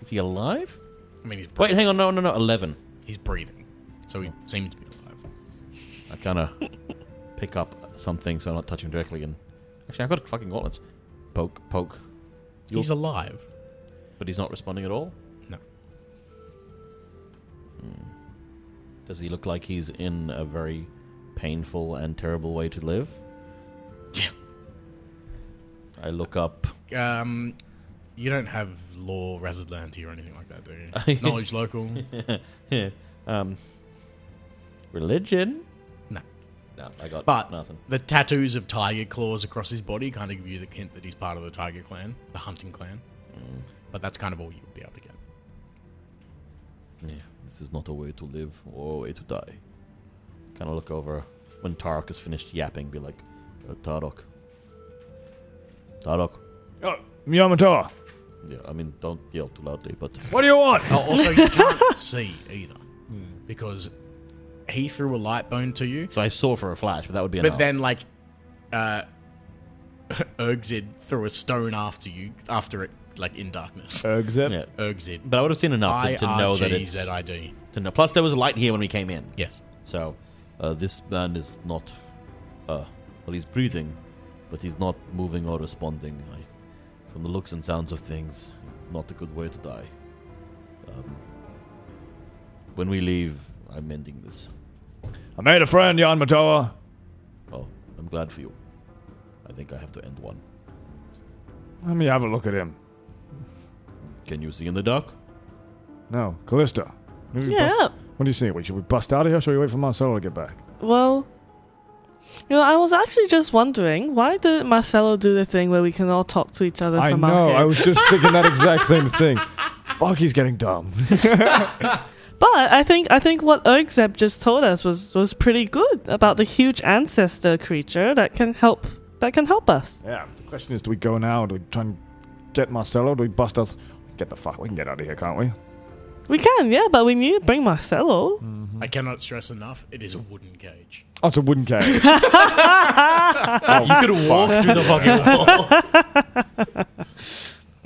Speaker 7: Is he alive?
Speaker 1: I mean, he's
Speaker 7: Wait, Oh.
Speaker 1: breathing.
Speaker 7: hang on. No, no, no. Eleven.
Speaker 1: He's breathing, so he seems to be alive.
Speaker 7: I kind of pick up something so I'm not touching directly. And actually, I've got fucking gauntlets. Poke, poke. You'll-
Speaker 1: He's alive.
Speaker 7: But he's not responding at all.
Speaker 1: No.
Speaker 7: Hmm. Does he look like he's in a very painful and terrible way to live?
Speaker 1: Yeah.
Speaker 7: I look up.
Speaker 1: Um, you don't have law, Razadlanti, or anything like that, do you? Knowledge local.
Speaker 7: um, religion.
Speaker 1: No.
Speaker 7: No, I got
Speaker 1: But-
Speaker 7: nothing.
Speaker 1: The tattoos of tiger claws across his body kind of give you the hint that he's part of the tiger clan, the hunting clan.
Speaker 7: Mm.
Speaker 1: But that's kind of all you'll be able to get.
Speaker 7: Yeah, this is not a way to live or a way to die. Kind of look over when Tarok has finished yapping, be like, uh, Tarok. Tarok.
Speaker 6: Oh, Yamato,
Speaker 7: Yeah, I mean, don't yell too loudly, but
Speaker 6: what do you want?
Speaker 1: Oh, also, you can't see either because he threw a light bone to you,
Speaker 7: so I saw for a flash, but that would be
Speaker 1: but
Speaker 7: enough.
Speaker 1: then like, uh, Ergzid threw a stone after you after it, like in darkness.
Speaker 2: Ergzep.
Speaker 7: yeah,
Speaker 1: Ergzid.
Speaker 7: but I would have seen enough to, to know that it's
Speaker 1: IRGZID.
Speaker 7: to know. Plus, there was a light here when we came in.
Speaker 1: Yes.
Speaker 7: So uh, this man is not. Uh, well, he's breathing, but he's not moving or responding. I, from the looks and sounds of things, not a good way to die. Um, when we leave, I'm ending this.
Speaker 6: I made a friend, Yamato.
Speaker 7: Oh, I'm glad for you. I think I have to end one.
Speaker 6: Let me have a look at him.
Speaker 7: Can you see in the dark?
Speaker 6: No, Callista. Maybe we
Speaker 4: Yeah.
Speaker 6: bust- What do you think? Wait, should we bust out of here? Or should we wait for Marcelo to get back?
Speaker 4: Well, you know, I was actually just wondering why did Marcelo do the thing where we can all talk to each other
Speaker 2: I
Speaker 4: from
Speaker 2: know.
Speaker 4: out
Speaker 2: I
Speaker 4: here?
Speaker 2: was just thinking that exact same thing.
Speaker 6: Fuck, he's getting dumb.
Speaker 4: but I think I think what Ergzeb just told us was was pretty good about the huge ancestor creature that can help that can help us.
Speaker 6: yeah. The question is, do we go now? Do we try and get Marcelo? Do we bust us? Get the fuck. We can get out of here, can't we?
Speaker 4: We can, yeah, but we need to bring Marcelo.
Speaker 1: I cannot stress enough, it is a wooden cage.
Speaker 6: Oh, it's a wooden cage.
Speaker 3: you could walk through the fucking wall.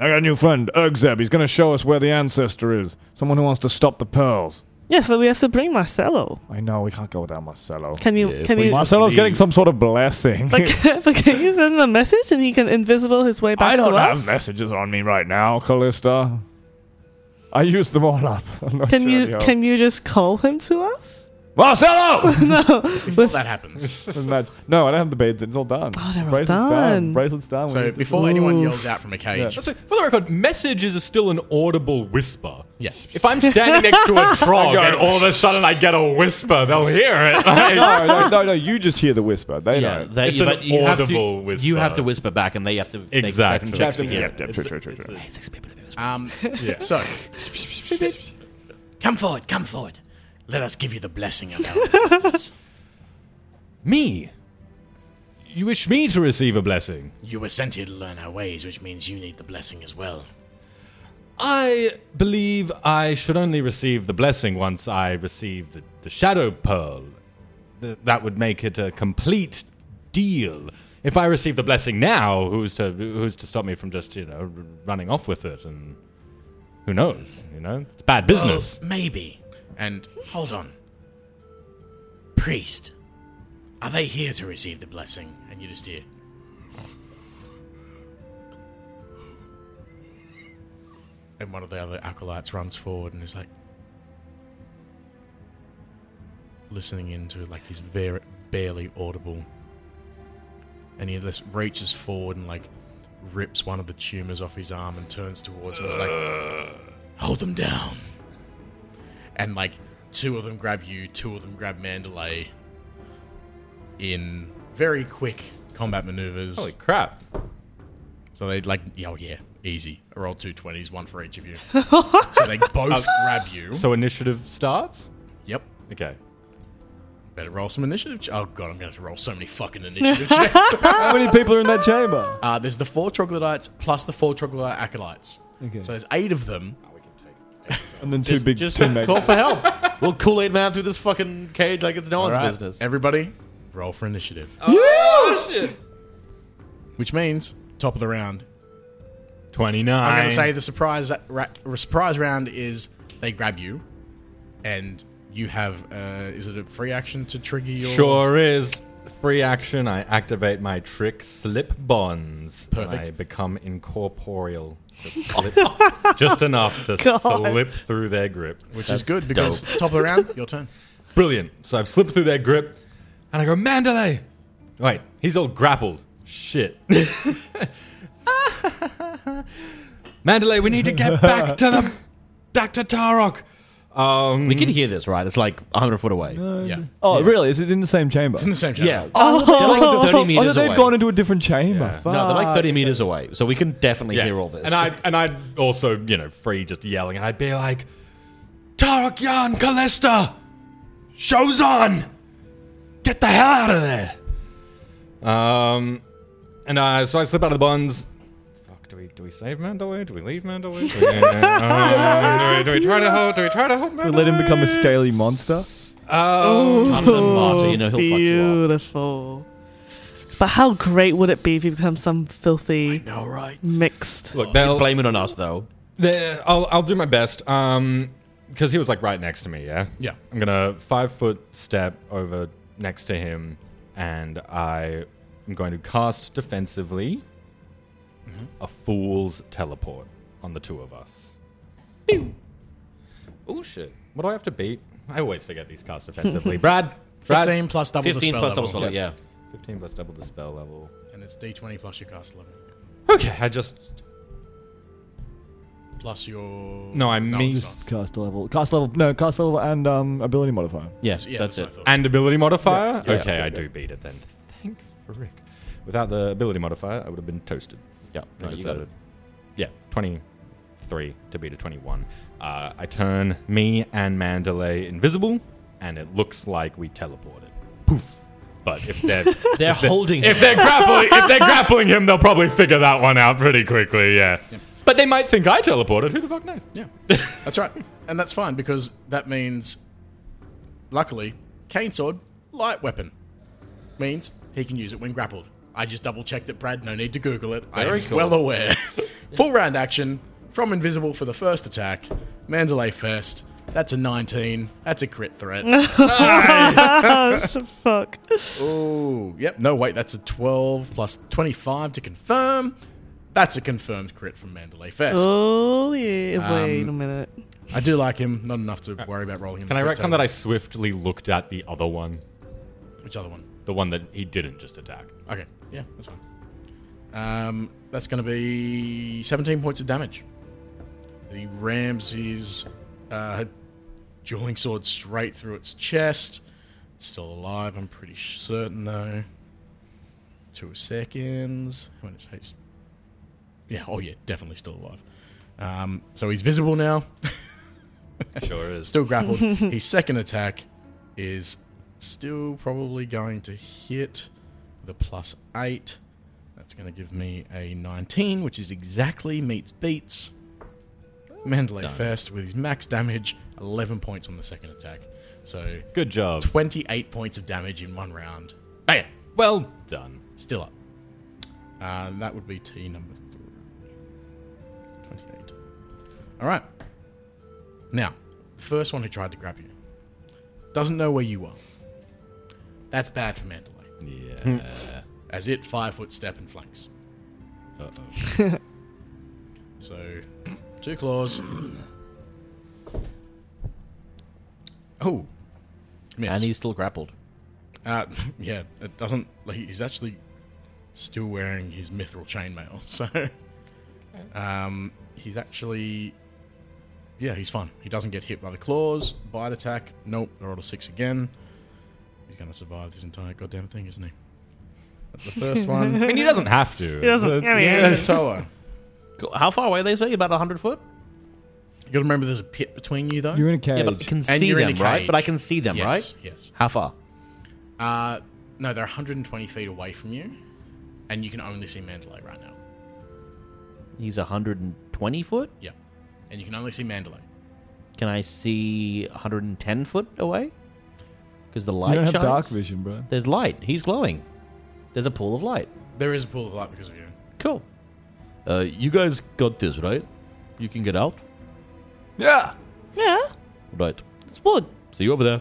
Speaker 6: I got a new friend, Ergzeb. He's going to show us where the ancestor is. Someone who wants to stop the pearls.
Speaker 4: Yes, but we have to bring Marcelo.
Speaker 6: I know we can't go without Marcelo.
Speaker 4: Can you
Speaker 7: Yeah, if
Speaker 4: can
Speaker 7: we
Speaker 4: you
Speaker 7: must-
Speaker 6: Marcelo's
Speaker 7: Please.
Speaker 6: getting some sort of blessing.
Speaker 4: but can, but can you send him a message and he can invisible his way back
Speaker 6: I don't
Speaker 4: to
Speaker 6: have
Speaker 4: us?
Speaker 6: messages on me right now, Callista. I used them all up. I'm not
Speaker 4: Can
Speaker 6: sure
Speaker 4: you
Speaker 6: how-
Speaker 4: can you just call him to us?
Speaker 6: Marcelo?
Speaker 1: Before that happens,
Speaker 2: Doesn't match. No, I don't have the beads. It's all done.
Speaker 4: Oh, they're all
Speaker 2: Bracelet's
Speaker 4: done.
Speaker 2: Bracelet's done. We
Speaker 1: so
Speaker 2: used it.
Speaker 1: before anyone yells out from a cage,
Speaker 5: So, for the record, message is still an audible whisper.
Speaker 1: Yeah.
Speaker 5: If I'm standing next to a trog and all of a sudden I get a whisper, they'll hear it.
Speaker 2: no, no, no, no. You just hear the whisper. They
Speaker 7: Yeah,
Speaker 2: know.
Speaker 7: that-
Speaker 5: It's
Speaker 7: you-
Speaker 5: an
Speaker 7: but you have to-
Speaker 5: audible whisper.
Speaker 7: You have to whisper back, and they have to make
Speaker 5: Exactly.
Speaker 7: second checks to
Speaker 5: Exactly.
Speaker 7: hear.
Speaker 6: Yeah,
Speaker 7: it.
Speaker 6: yeah, true, true, true, true.
Speaker 1: um, so
Speaker 8: Come forward, come forward. Let us give you the blessing of our ancestors.
Speaker 5: Me. You wish me to receive a blessing.
Speaker 8: you were sent here to learn our ways, which means you need the blessing as well.
Speaker 5: I believe I should only receive the blessing once I receive the, the Shadow Pearl. Th- that would make it a complete deal. if I receive the blessing now, who's to who's to stop me from just you know r- running off with it? And who knows? You know, it's bad business.
Speaker 1: Well, maybe. And hold on. Priest, are they here to receive the blessing? And you just hear. And one of the other acolytes runs forward and is like listening into like his very barely audible. And he just reaches forward and like rips one of the tumors off his arm and turns towards him. He's like, "Hold them down." and like two of them grab you, two of them grab Mandalay in very quick combat maneuvers.
Speaker 7: Oh,
Speaker 5: Holy crap!
Speaker 1: So they like, oh yeah, easy. I rolled two 20s, one for each of you. so they both grab you.
Speaker 5: So initiative starts.
Speaker 1: yep.
Speaker 5: Okay.
Speaker 1: Better roll some initiative. Ch- oh god, I'm going to have to roll so many fucking initiative checks.
Speaker 2: How many people are in that chamber?
Speaker 1: Uh, there's the four troglodytes plus the four troglodyte acolytes.
Speaker 2: Okay.
Speaker 1: So there's eight of them.
Speaker 2: and then two big
Speaker 12: Just
Speaker 2: two meg-
Speaker 12: call for help. We'll Kool Aid Man through this fucking cage like it's no one's
Speaker 2: right.
Speaker 12: business.
Speaker 1: Everybody, roll for initiative. Which means top of the round
Speaker 5: Twenty nine.
Speaker 1: I'm going to say the surprise ra- surprise round is they grab you, and you have uh, is it a free action to trigger your
Speaker 5: Sure is. Free action. I activate my trick, slip bonds. and
Speaker 1: Perfect.
Speaker 5: I become incorporeal. Just, slip, just enough to
Speaker 4: God.
Speaker 5: slip through their grip.
Speaker 1: which is good because top of the round your turn.
Speaker 5: Brilliant. So I've slipped through their grip, and I go, Mandalay! Wait, he's all grappled. Shit. Mandalay, we need to get back to the back to Tarok. Um,
Speaker 7: We can hear this, right? It's like 100 foot away.
Speaker 1: Yeah,
Speaker 2: Oh, really? Is it in the same chamber?
Speaker 1: in the same chapter.
Speaker 7: Yeah. They're like 30
Speaker 2: oh,
Speaker 7: meters
Speaker 2: no, they've
Speaker 7: away.
Speaker 2: gone into a different chamber.
Speaker 5: Yeah.
Speaker 2: Fuck.
Speaker 7: no, they're like 30 meters away, so we can definitely
Speaker 5: yeah.
Speaker 7: hear all this.
Speaker 5: and I and I'd also you know free just yelling, and I'd be like, Tarok Yan Callista, shows on, get the hell out of there. Um, and I so I slip out of the bonds. Fuck, do we do we save Mandalay? Do we leave Mandalay? Do we, uh, do we, do we try to hold? Do we try to hold? Mandalay?
Speaker 2: Let him become a scaly monster.
Speaker 5: Um,
Speaker 7: Come to Marty, you know he'll fuck you up.
Speaker 4: Oh, beautiful. But how great would it be if you become some filthy
Speaker 1: No right.
Speaker 4: mixed?
Speaker 5: look, they'll
Speaker 7: Blame it on us, though.
Speaker 5: The, I'll I'll do my best. Um, because he was like right next to me. Yeah.
Speaker 1: Yeah.
Speaker 5: I'm gonna five foot step over next to him, and I am going to cast defensively
Speaker 1: Mm-hmm.
Speaker 5: a fool's teleport on the two of us. Oh shit! What do I have to beat? I always forget these cast defensively. Brad. Brad.
Speaker 1: Fifteen plus double the
Speaker 7: 15
Speaker 1: spell
Speaker 7: plus double
Speaker 1: level,
Speaker 7: spell, yeah.
Speaker 5: 15 plus double the spell level.
Speaker 1: and it's D20 plus your cast level
Speaker 5: Okay, I just
Speaker 1: plus your
Speaker 5: no, I
Speaker 1: No,
Speaker 5: mean
Speaker 1: it's not.
Speaker 2: Cast level, cast level, no, cast level, and um, ability modifier.
Speaker 7: Yes,
Speaker 1: yeah,
Speaker 7: that's,
Speaker 1: what
Speaker 7: it.
Speaker 1: I thought.
Speaker 5: And ability modifier?
Speaker 7: Yeah.
Speaker 5: okay,
Speaker 7: Yeah.
Speaker 5: I do beat it then. Thank frick. Without the ability modifier, I would have been toasted.
Speaker 7: Yeah, no,
Speaker 5: Because,
Speaker 7: you got
Speaker 5: uh,
Speaker 7: it.
Speaker 5: Yeah, 23 to beat a 21. Uh, I turn me and Mandalay invisible, and it looks like we teleported. Poof. But if they're,
Speaker 7: They're holding
Speaker 5: if they're grappling if they're grappling him, they'll probably figure that one out pretty quickly, yeah. But they might think I teleported. Who the fuck knows?
Speaker 1: yeah, that's right, and that's fine because that means, luckily, cane sword light weapon means he can use it when grappled. I just double checked it, Brad. No need to Google it. I am
Speaker 5: Very cool.
Speaker 1: well aware. Full round action from invisible for the first attack. Mandalay first. That's a 19. That's a crit threat.
Speaker 4: Oh, sh- fuck.
Speaker 1: Ooh, yep. No, wait, that's a 12 plus 25 to confirm. That's a confirmed crit from Mandalay Fest.
Speaker 4: Oh, yeah. Wait
Speaker 1: Um,
Speaker 4: a minute.
Speaker 1: I do like him, not enough to worry about rolling him.
Speaker 5: Can I reckon that I swiftly looked at the other one?
Speaker 1: Which other one?
Speaker 5: The one that he didn't just attack.
Speaker 1: Okay, yeah, that's fine. Um, that's going to be 17 points of damage. He rams his uh, dueling sword straight through its chest. It's still alive, I'm pretty certain, though. Two seconds. How much haste? Yeah, oh, yeah, definitely still alive. Um, so he's visible now,
Speaker 5: Sure is.
Speaker 1: still grappled. his second attack is still probably going to hit the plus eight. That's going to give me a 19, which is exactly meets beats. Mandalay first with his max damage, 11 points on the second attack. So
Speaker 5: Good job.
Speaker 1: 28 points of damage in one round.
Speaker 5: Well done.
Speaker 1: Still up. Uh, that would be T number three. 28. All right. Now, the first one who tried to grab you doesn't know where you are. That's bad for Mandalay,
Speaker 5: Yeah.
Speaker 1: as it five foot step and flanks.
Speaker 5: Uh-oh.
Speaker 1: So, two claws. Oh, miss.
Speaker 7: And he's still grappled.
Speaker 1: Uh, yeah, it doesn't. Like, he's actually still wearing his mithril chainmail, so um, he's actually. Yeah, he's fine. He doesn't get hit by the claws. Bite attack. Nope. They're all a six again. He's going to survive this entire goddamn thing, isn't he? That's the first
Speaker 5: I
Speaker 1: one.
Speaker 5: mean, he doesn't have to.
Speaker 4: He doesn't. I mean,
Speaker 1: yeah, Toa.
Speaker 7: Cool. How far away they say? About hundred foot.
Speaker 1: You got to remember there's a pit between you, though.
Speaker 2: You're in a
Speaker 7: Yeah, but I
Speaker 2: cage.
Speaker 7: can
Speaker 1: And
Speaker 7: see
Speaker 1: you're in
Speaker 7: them,
Speaker 1: a
Speaker 7: right?
Speaker 1: cage.
Speaker 7: But I can see them,
Speaker 1: yes,
Speaker 7: right?
Speaker 1: Yes.
Speaker 7: How far?
Speaker 1: Uh, no, they're 120 feet away from you, and you can only see Mandalay right now.
Speaker 7: He's hundred and twenty foot.
Speaker 1: Yeah. And you can only see Mandalay.
Speaker 7: Can I see hundred and ten foot away? Because the light
Speaker 2: you don't have
Speaker 7: shines.
Speaker 2: dark vision, bro.
Speaker 7: There's light. He's glowing. There's a pool of light.
Speaker 1: There is a pool of light because of you.
Speaker 7: Cool. Uh, you guys got this, right? You can get out,
Speaker 2: Yeah.
Speaker 4: yeah,
Speaker 7: right?
Speaker 4: it's wood.
Speaker 7: See you over there.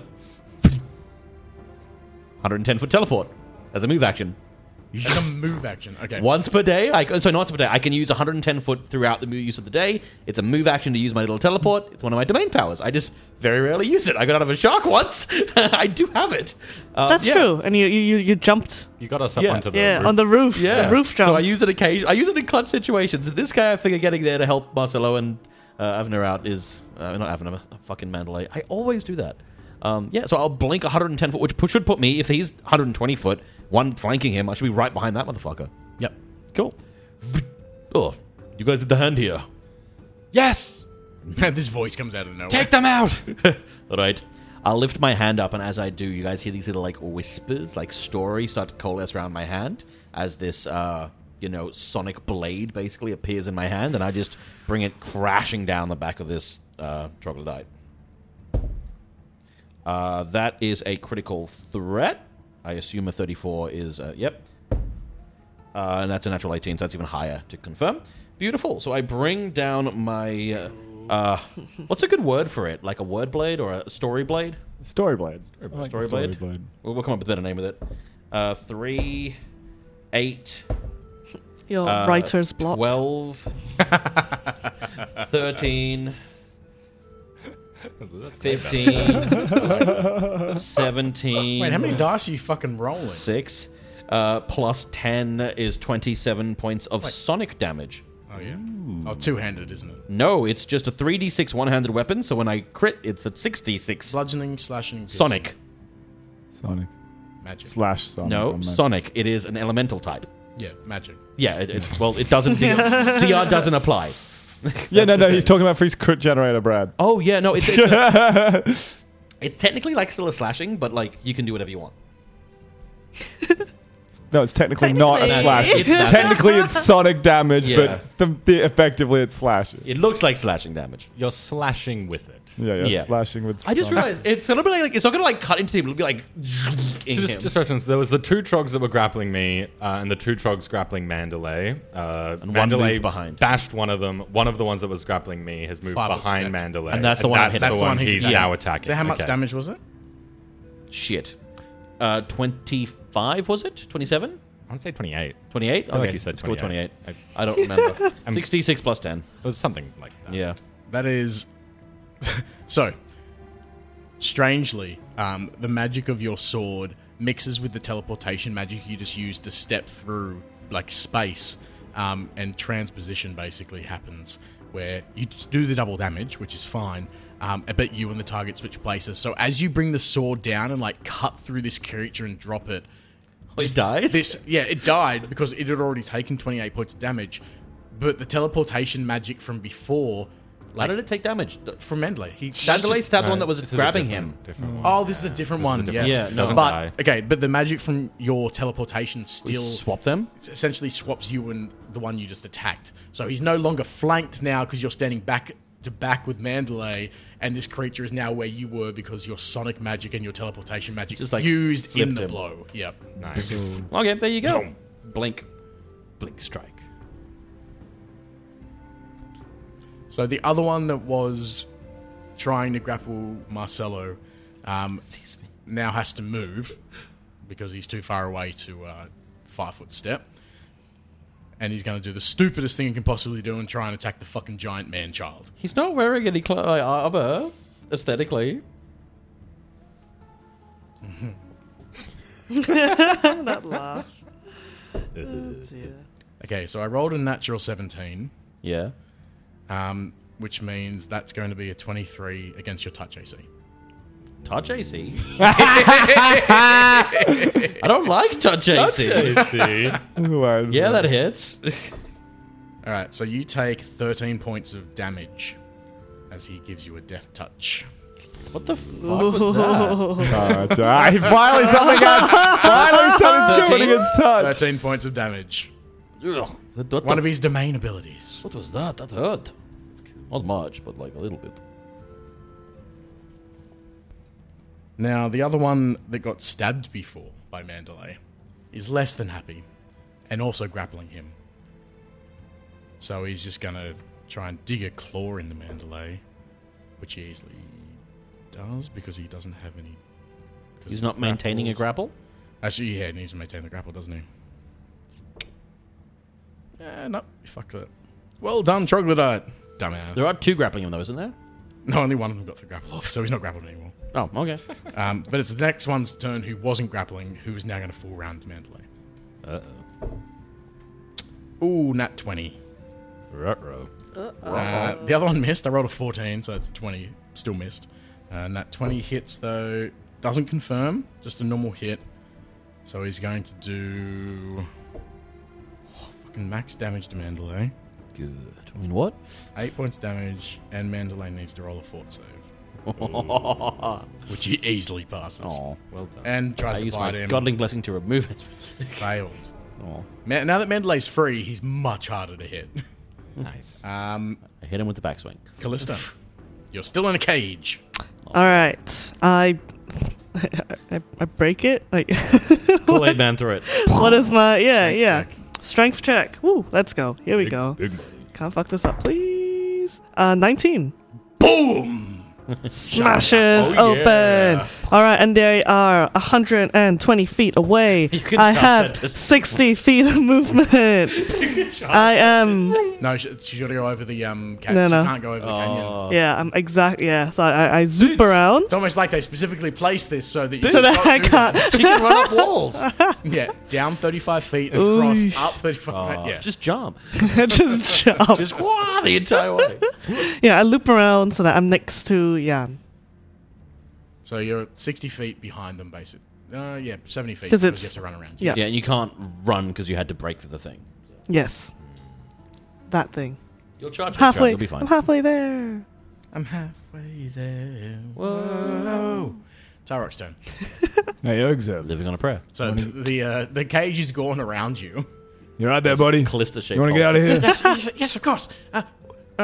Speaker 7: 110 foot teleport as a move action.
Speaker 1: It's a move action. Okay.
Speaker 7: Once per day, I so not once per day. I can use 110 foot throughout the mo- use of the day. It's a move action to use my little teleport. It's one of my domain powers. I just very rarely use it. I got out of a shark once. I do have it. Uh,
Speaker 4: That's
Speaker 7: yeah.
Speaker 4: true. And you you you, you jumped.
Speaker 5: You got us up
Speaker 7: Yeah.
Speaker 5: onto the
Speaker 4: yeah,
Speaker 5: roof.
Speaker 4: on the roof.
Speaker 7: Yeah,
Speaker 4: the roof jump.
Speaker 7: So I use it occasion. I use it in clutch situations. This guy, I figure, getting there to help Marcelo and uh, Avner out is uh, not Avner, fucking Mandalay. I always do that. Um, yeah, so I'll blink 110 foot, which pu- should put me if he's 120 foot, one flanking him. I should be right behind that motherfucker.
Speaker 1: Yep.
Speaker 7: Cool. Oh, you guys did the hand here.
Speaker 5: yes,
Speaker 1: this voice comes out of nowhere.
Speaker 5: take them out.
Speaker 7: All right. I'll lift my hand up, and as I do, you guys hear these little like whispers, like stories, start to coalesce around my hand as this, uh, you know, sonic blade basically appears in my hand, and I just bring it crashing down the back of this uh, troglodyte. Uh, that is a critical threat. I assume a 34 is, uh, yep. Uh, and that's a natural 18, so that's even higher to confirm. Beautiful. So I bring down my. Uh, uh, what's a good word for it? Like a word blade or a story blade?
Speaker 2: Storyblade.
Speaker 7: Story blade? We'll, we'll come up with a better name with it. Uh, 3, 8,
Speaker 4: Your
Speaker 7: uh,
Speaker 4: writer's block.
Speaker 7: 12, 13, 15, 17.
Speaker 1: Wait, how many dice are you fucking rolling?
Speaker 7: six uh, plus 10 is 27 points of sonic damage
Speaker 1: Oh, yeah. Oh, two handed, isn't it?
Speaker 7: no it's just a 3d6 one-handed weapon so when i crit it's a 66
Speaker 1: Bludgeoning, slashing, piercing.
Speaker 7: sonic
Speaker 2: Sonic.
Speaker 1: Magic.
Speaker 2: Slash Sonic.
Speaker 7: no
Speaker 2: on that.
Speaker 7: sonic it is an elemental type
Speaker 1: yeah, magic.
Speaker 7: yeah it, it, well it doesn't DR, dr doesn't apply
Speaker 2: Yeah, no, no. He's talking about for his crit generator, Brad.
Speaker 7: oh yeah no it's, it's, a, it's technically like still a slashing but like you can do whatever you want
Speaker 2: No, it's technically, not a
Speaker 4: Technically.
Speaker 2: slash.
Speaker 7: It's not.
Speaker 2: technically, it's sonic damage,
Speaker 7: Yeah.
Speaker 2: but the, the, effectively, it's slash. Yeah,
Speaker 7: it looks like slashing damage
Speaker 5: You're slashing with it.
Speaker 2: yeah,
Speaker 7: Yeah.
Speaker 2: slashing with.
Speaker 7: i just
Speaker 2: sonic.
Speaker 7: realized it's gonna be like it's not gonna like cut into people it'll be like in
Speaker 5: So just,
Speaker 7: him.
Speaker 5: just for instance, there was the two trogs that were grappling me, uh, and the two trogs grappling Mandalay. Uh,
Speaker 7: And one
Speaker 5: Mandalay
Speaker 7: moved behind.
Speaker 5: bashed one of them. One of the ones that was grappling me has moved
Speaker 1: Five
Speaker 5: behind
Speaker 1: upstairs.
Speaker 5: Mandalay,
Speaker 7: And that's the one I'm hitting.
Speaker 5: that's
Speaker 7: That's
Speaker 5: the one he's
Speaker 1: attacking.
Speaker 5: now attacking.
Speaker 1: So, how much
Speaker 5: Okay.
Speaker 1: damage was it?
Speaker 7: Shit. Uh, 25, was it? 27?
Speaker 5: I want to say twenty-eight.
Speaker 7: 28?
Speaker 5: feel like you said
Speaker 7: let's go with
Speaker 5: 28.
Speaker 7: 28. I don't remember. 66 plus 10.
Speaker 5: It was something like that.
Speaker 7: Yeah.
Speaker 1: That is. so, strangely, um, the magic of your sword mixes with the teleportation magic you just used to step through, like, space, um, and transposition basically happens where you just do the double damage, which is fine. Um, but you and the target switch places. So as you bring the sword down and like cut through this creature and drop it,
Speaker 7: He dies?
Speaker 1: this yeah it died because it had already taken 28 points of damage but the teleportation magic from before
Speaker 7: How
Speaker 1: like
Speaker 7: did it take damage?
Speaker 1: from Mendley he
Speaker 7: Mandalay stabbed
Speaker 5: No,
Speaker 7: one that was
Speaker 5: this is a
Speaker 7: grabbing
Speaker 5: different-
Speaker 7: him. Mm.
Speaker 5: different one.
Speaker 1: oh this is a different one
Speaker 5: different-
Speaker 1: yes.
Speaker 7: Yeah, no. Doesn't
Speaker 1: but
Speaker 5: die.
Speaker 1: okay but the magic from your teleportation
Speaker 7: We
Speaker 1: still
Speaker 7: swap them?
Speaker 1: essentially swaps you and the one you just attacked so he's no longer flanked now because you're standing back to back with Mandalay and this creature is now where you were because your sonic magic and your teleportation magic
Speaker 7: Just, like,
Speaker 1: fused in
Speaker 7: flipped
Speaker 1: the
Speaker 7: him.
Speaker 1: blow yep
Speaker 5: Nice.
Speaker 7: Okay, there you go. Blink.
Speaker 5: Blink strike.
Speaker 8: So the other one that was trying to grapple Marcelo um, now has to move because he's too far away to uh, five foot step. And he's going to do the stupidest thing he can possibly do and try and attack the fucking giant man child.
Speaker 13: He's not wearing any cl- uh, armor aesthetically.
Speaker 4: that laugh. Oh, dear.
Speaker 8: Okay, so I rolled a natural 17,
Speaker 7: Yeah.
Speaker 8: um, which means that's going to be a 23 against your touch AC.
Speaker 13: Touch AC. I don't like touch AC. Yeah, that hits.
Speaker 8: All right, so you take 13 points of damage as he gives you a death touch.
Speaker 13: What the fuck was that?
Speaker 2: Alright, alright. He finally something got finally something's good when he gets touched.
Speaker 8: 13 points of damage.
Speaker 7: Ugh.
Speaker 13: What, what
Speaker 8: One
Speaker 13: the-
Speaker 8: of his domain abilities.
Speaker 7: What was that? That hurt. Not much, but like a little bit.
Speaker 8: Now, the other one that got stabbed before by Mandalay is less than happy and also grappling him. So he's just going to try and dig a claw into Mandalay, which he easily does because he doesn't have any. 'cause
Speaker 7: He's
Speaker 8: he
Speaker 7: not maintaining a
Speaker 8: grapples.
Speaker 7: grapple?
Speaker 8: Actually, yeah, he needs to maintain the grapple, doesn't he? Yeah, no, he fucked it. Well done, Troglodyte. Dumbass.
Speaker 7: There are two grappling him though, isn't there?
Speaker 8: No, only one of them got the grapple off, so he's not grappled anymore.
Speaker 7: Oh, okay.
Speaker 8: Um, but it's the next one's turn who wasn't grappling, who is now going to fall round Mandalay.
Speaker 7: Uh
Speaker 8: oh. Ooh, nat 20.
Speaker 5: Ruh-roh.
Speaker 8: Uh, the other one missed. I rolled a 14, so that's 20. Still missed. Uh, nat 20 hits, though. Doesn't confirm, just a normal hit. So he's going to do. Oh, fucking max damage to Mandalay.
Speaker 7: Good. What?
Speaker 8: 8 points damage, and Mandalay needs to roll a fort save. which he easily passes.
Speaker 7: Oh, well done.
Speaker 8: And tries
Speaker 7: I
Speaker 8: to
Speaker 7: used
Speaker 8: bite
Speaker 7: my
Speaker 8: him.
Speaker 7: godling blessing to remove it.
Speaker 8: Failed.
Speaker 7: Oh,
Speaker 8: Ma- now that Mandalay's free, he's much harder to hit.
Speaker 5: Nice.
Speaker 8: Um,
Speaker 7: I hit him with the backswing.
Speaker 8: Callista, you're still in a cage.
Speaker 4: All right, I, I, I break it. Like,
Speaker 13: Kool Aid Man through it.
Speaker 4: what is my yeah
Speaker 8: Strength
Speaker 4: yeah
Speaker 8: check.
Speaker 4: strength check? Woo, let's go. Here we go. Can't fuck this up, please. Uh, nineteen.
Speaker 8: Boom!
Speaker 4: Smashes
Speaker 13: Oh,
Speaker 4: open.
Speaker 13: yeah.
Speaker 4: All right, and they are 120 feet away.
Speaker 13: can
Speaker 4: I
Speaker 13: shout
Speaker 4: have
Speaker 13: at this
Speaker 4: 60 feet of movement. I am.
Speaker 8: No, sh- she's got to go over the um. Ca-
Speaker 4: No,
Speaker 8: she
Speaker 4: no.
Speaker 8: can't go over the canyon.
Speaker 4: Yeah, I'm exact. Yeah, so I, I zoop around
Speaker 8: It's almost like they specifically placed this so that you
Speaker 4: so that I
Speaker 8: can't do
Speaker 4: can't.
Speaker 13: She can run up walls.
Speaker 8: that. Yeah, down thirty-five feet and cross up thirty-five. yeah,
Speaker 7: Just jump.
Speaker 4: just jump.
Speaker 13: Just wah, the entire way.
Speaker 4: Yeah, I loop around so that I'm next to yeah,
Speaker 8: so you're sixty feet behind them, basically. Uh, yeah, seventy feet
Speaker 4: 'Cause
Speaker 8: because you
Speaker 4: it's-
Speaker 8: have to run around.
Speaker 4: yeah,
Speaker 7: Yeah, and you can't run because you had to break through the thing.
Speaker 4: yes, that thing.
Speaker 13: You'll charge it.
Speaker 4: Halfway,
Speaker 7: you'll be fine.
Speaker 4: I'm halfway there.
Speaker 8: I'm halfway there. Whoa! Tyrok's turn.
Speaker 2: Hey Ergzev.
Speaker 7: Living on a prayer.
Speaker 8: So th- the uh, the cage is gone around you.
Speaker 2: You right there, buddy?
Speaker 7: Callista shape.
Speaker 2: You wanna get out of here?
Speaker 14: yes, yes, yes, of course. Uh,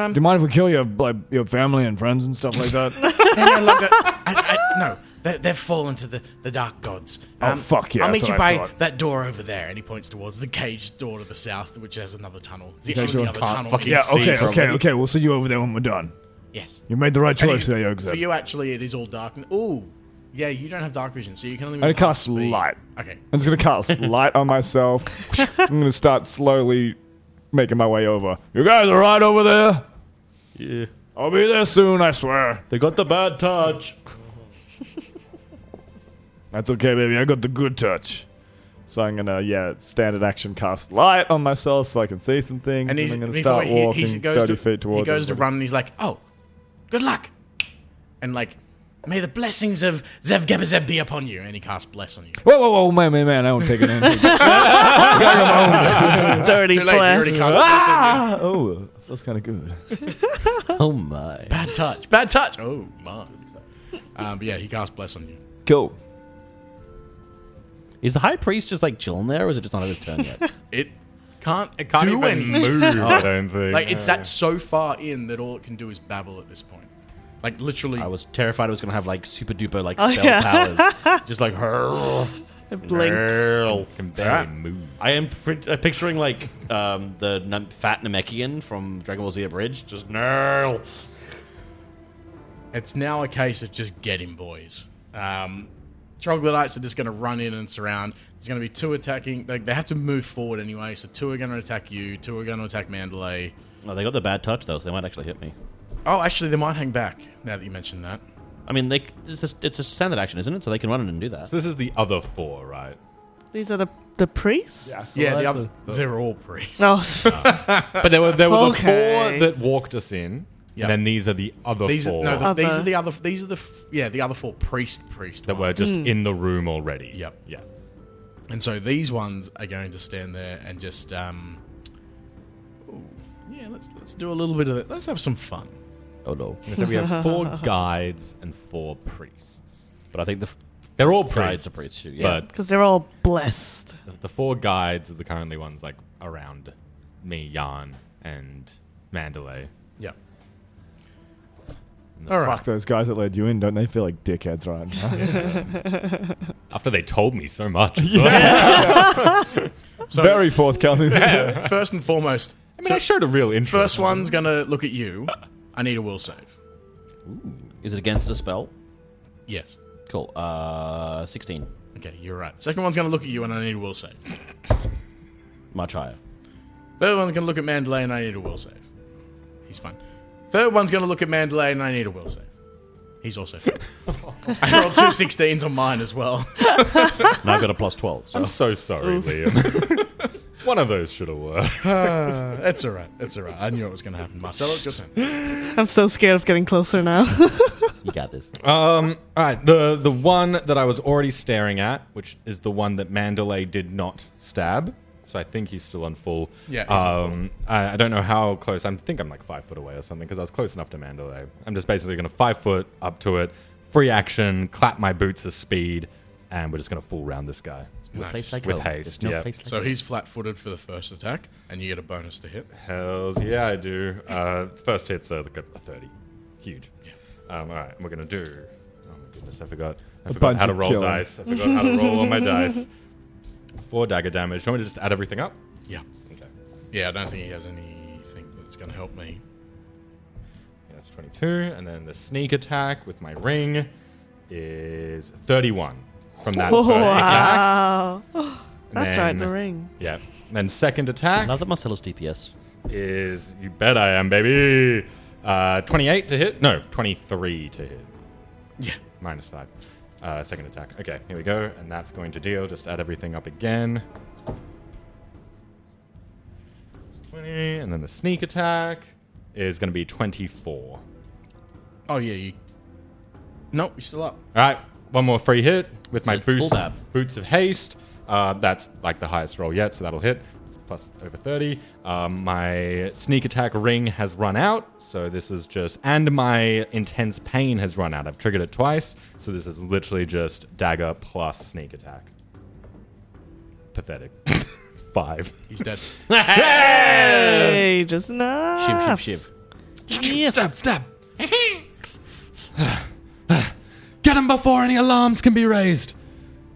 Speaker 2: Do you mind if we kill your like your family and friends and stuff like that?
Speaker 14: they're no longer-
Speaker 1: I, I, no, they, they've fallen to the, the dark gods. Um,
Speaker 2: Oh, fuck yeah,
Speaker 1: I'll
Speaker 2: that's
Speaker 1: meet you
Speaker 2: what I
Speaker 1: by
Speaker 2: thought.
Speaker 1: that door over there. And he points towards the cage door to the south, which has another tunnel. It's the
Speaker 2: Okay,
Speaker 1: only
Speaker 2: sure.
Speaker 1: other
Speaker 2: Can't
Speaker 1: tunnel.
Speaker 5: fucking
Speaker 1: you
Speaker 2: yeah,
Speaker 1: can see.
Speaker 2: okay,
Speaker 5: from-
Speaker 2: okay, okay. We'll see you over there when we're done.
Speaker 1: Yes.
Speaker 2: You made the right
Speaker 8: And
Speaker 2: choice
Speaker 8: he's-
Speaker 2: there,
Speaker 8: For
Speaker 2: Ergzev.
Speaker 8: you, actually, it is all dark. Ooh, yeah, you don't have dark vision, so you can only.
Speaker 2: I
Speaker 8: move half
Speaker 2: cast
Speaker 8: speed.
Speaker 2: light.
Speaker 8: Okay,
Speaker 2: I'm just gonna cast light on myself. I'm gonna start slowly making my way over. You guys are right over there.
Speaker 13: Yeah.
Speaker 2: I'll be there soon, I swear.
Speaker 13: They got the bad touch.
Speaker 2: That's okay, baby. I got the good touch. So I'm gonna, yeah, standard action cast light on myself so I can see some things.
Speaker 8: and
Speaker 2: And,
Speaker 8: he's
Speaker 2: I'm gonna
Speaker 8: before
Speaker 2: start
Speaker 8: he,
Speaker 2: walking
Speaker 8: he goes
Speaker 2: 30
Speaker 8: to,
Speaker 2: feet towards.
Speaker 8: He goes to
Speaker 2: everybody.
Speaker 8: run, and he's like, "Oh,
Speaker 1: Good luck.
Speaker 8: and like, may the blessings of Zev Gebazeb be upon you." And he casts bless on you.
Speaker 2: Whoa, whoa, whoa, man, man, man! I don't take it in.
Speaker 4: Dirty
Speaker 8: Too late, you already
Speaker 4: bless.
Speaker 8: cast bless on you.
Speaker 2: oh, feels kind of good.
Speaker 7: Oh my.
Speaker 8: Bad touch, bad touch. Oh my. Um, but yeah, he casts bless on you.
Speaker 2: Cool.
Speaker 7: Is the high priest just like chilling there, or is it just not his turn yet?
Speaker 8: It can't, it
Speaker 5: Can't
Speaker 8: do
Speaker 5: even
Speaker 8: anything.
Speaker 5: move, I don't think.
Speaker 8: Like it's that so far in that all it can do is babble at this point. Like literally,
Speaker 7: I was terrified I was going to have like super duper like
Speaker 4: Oh,
Speaker 7: spell
Speaker 4: yeah.
Speaker 7: powers. Just like,
Speaker 4: It blinks.
Speaker 7: Girl.
Speaker 5: Can barely
Speaker 7: Alright.
Speaker 5: move.
Speaker 7: I am pr- uh, picturing like um, the num- fat Namekian from Dragon Ball Z Abridged. Just no.
Speaker 8: It's now a case of just get him, boys. Um, troglodytes are just going to run in and surround. There's going to be two attacking. They, they have to move forward anyway, so two are going to attack you, two are going to attack Mandalay.
Speaker 7: Oh, they got the bad touch though, so they might actually hit me.
Speaker 8: Oh, actually, they might hang back now that you mentioned that.
Speaker 7: I mean, they it's a, it's a standard action, isn't it? So they can run in and do that.
Speaker 5: So this is the other four, right?
Speaker 4: These are the the priests.
Speaker 8: yeah, the other, they're all priests.
Speaker 4: No,
Speaker 5: But there were there were
Speaker 4: Okay.
Speaker 5: the four that walked us in,
Speaker 8: Uh, Yeah.
Speaker 5: and then these are the other
Speaker 8: These are,
Speaker 5: four
Speaker 8: no, the, these
Speaker 4: Other.
Speaker 8: are the other. These are the f- yeah, the other four priest priest
Speaker 5: that
Speaker 8: ones.
Speaker 5: were just in the room already.
Speaker 8: Yep.
Speaker 5: Yeah.
Speaker 8: And so these ones are going to stand there and just um, ooh, yeah, let's let's do a little bit of it. Let's have some fun.
Speaker 1: Oh no.
Speaker 5: So we have four guides and four priests.
Speaker 7: But I think the f-
Speaker 5: They're all priests,
Speaker 7: guides are priests. too, Yeah.
Speaker 5: but
Speaker 4: because they're all blessed.
Speaker 5: the, the four guides are the currently ones like around me, Yarn, and Mandalay.
Speaker 8: Yeah.
Speaker 5: And the
Speaker 8: All right.
Speaker 2: Fuck those guys that led you in, don't they feel like dickheads right now?
Speaker 5: After they told me so much,
Speaker 8: So
Speaker 2: Very forthcoming.
Speaker 8: first and foremost,
Speaker 5: I mean, I showed a real interest.
Speaker 8: first one's gonna look at you. I need a will save.
Speaker 1: Is it against the spell?
Speaker 8: Yes.
Speaker 1: Cool. Uh, 16.
Speaker 8: Okay, you're right. Second one's gonna look at you, and I need a will save.
Speaker 1: Much higher.
Speaker 8: Third one's gonna look at Mandalay, and I need a will save. He's fine. Third one's gonna look at Mandalay, and I need a will save. He's also fine. I rolled two 16s on mine as well.
Speaker 7: and I've got a plus twelve. So
Speaker 5: I'm so sorry, Liam. One of those should have worked.
Speaker 8: That's all right. That's all right. I knew it was going to happen. Marcelo, it's your turn.
Speaker 4: I'm so scared of getting closer now.
Speaker 1: You got this.
Speaker 5: Um, all right, the the one that I was already staring at, which is the one that Mandalay did not stab. So I think he's still on full.
Speaker 8: Yeah, he's on
Speaker 5: Um, I, I don't know how close. I think I'm like five foot away or something because I was close enough to Mandalay. I'm just basically going to five foot up to it, free action, clap my boots of speed, and we're just going to fool round this guy
Speaker 8: Nice.
Speaker 5: with haste. yeah.
Speaker 8: So he's flat-footed for the first attack, and you get a bonus to hit.
Speaker 5: Hells yeah, I do. Uh, first hit's uh, like a, a 30. Huge. Um, all right, we're going to do. Oh my goodness, I forgot. I forgot
Speaker 2: bunch
Speaker 5: how to
Speaker 2: of
Speaker 5: roll
Speaker 2: killing.
Speaker 5: dice. I forgot how to roll on my dice. Four dagger damage. Do you want me to just add everything up?
Speaker 8: Yeah.
Speaker 5: Okay.
Speaker 8: Yeah, I don't think he has anything that's going to help me.
Speaker 5: Yeah, that's 22. And then the sneak attack with my ring is 31 from that first attack.
Speaker 4: wow,
Speaker 5: And
Speaker 4: that's right, the
Speaker 5: then-
Speaker 4: ring.
Speaker 5: Yeah. And then second attack
Speaker 1: Now that Marcelo's DPS.
Speaker 5: is, you bet I am, baby. Uh, 28 to hit? No, 23 to hit.
Speaker 8: Yeah.
Speaker 5: Minus five. Uh, second attack. Okay, here we go. And that's going to deal. Just add everything up again. 20. And then the sneak attack is going to be 24. All
Speaker 8: Oh, yeah, you... Nope, you're still up.
Speaker 5: right, one more free hit with my
Speaker 1: So full
Speaker 5: boost,
Speaker 1: dab.
Speaker 5: Boots of Haste. Uh, that's like the highest roll yet, so that'll hit. It's plus over 30. Um, my sneak attack ring has run out, so this is just. And my intense pain has run out. I've triggered it twice, so this is literally just dagger plus sneak attack. Pathetic. Five.
Speaker 8: He's dead.
Speaker 4: Hey, just now.
Speaker 1: Shiv, shiv, shiv.
Speaker 4: Yes.
Speaker 5: Get them before any alarms can be raised!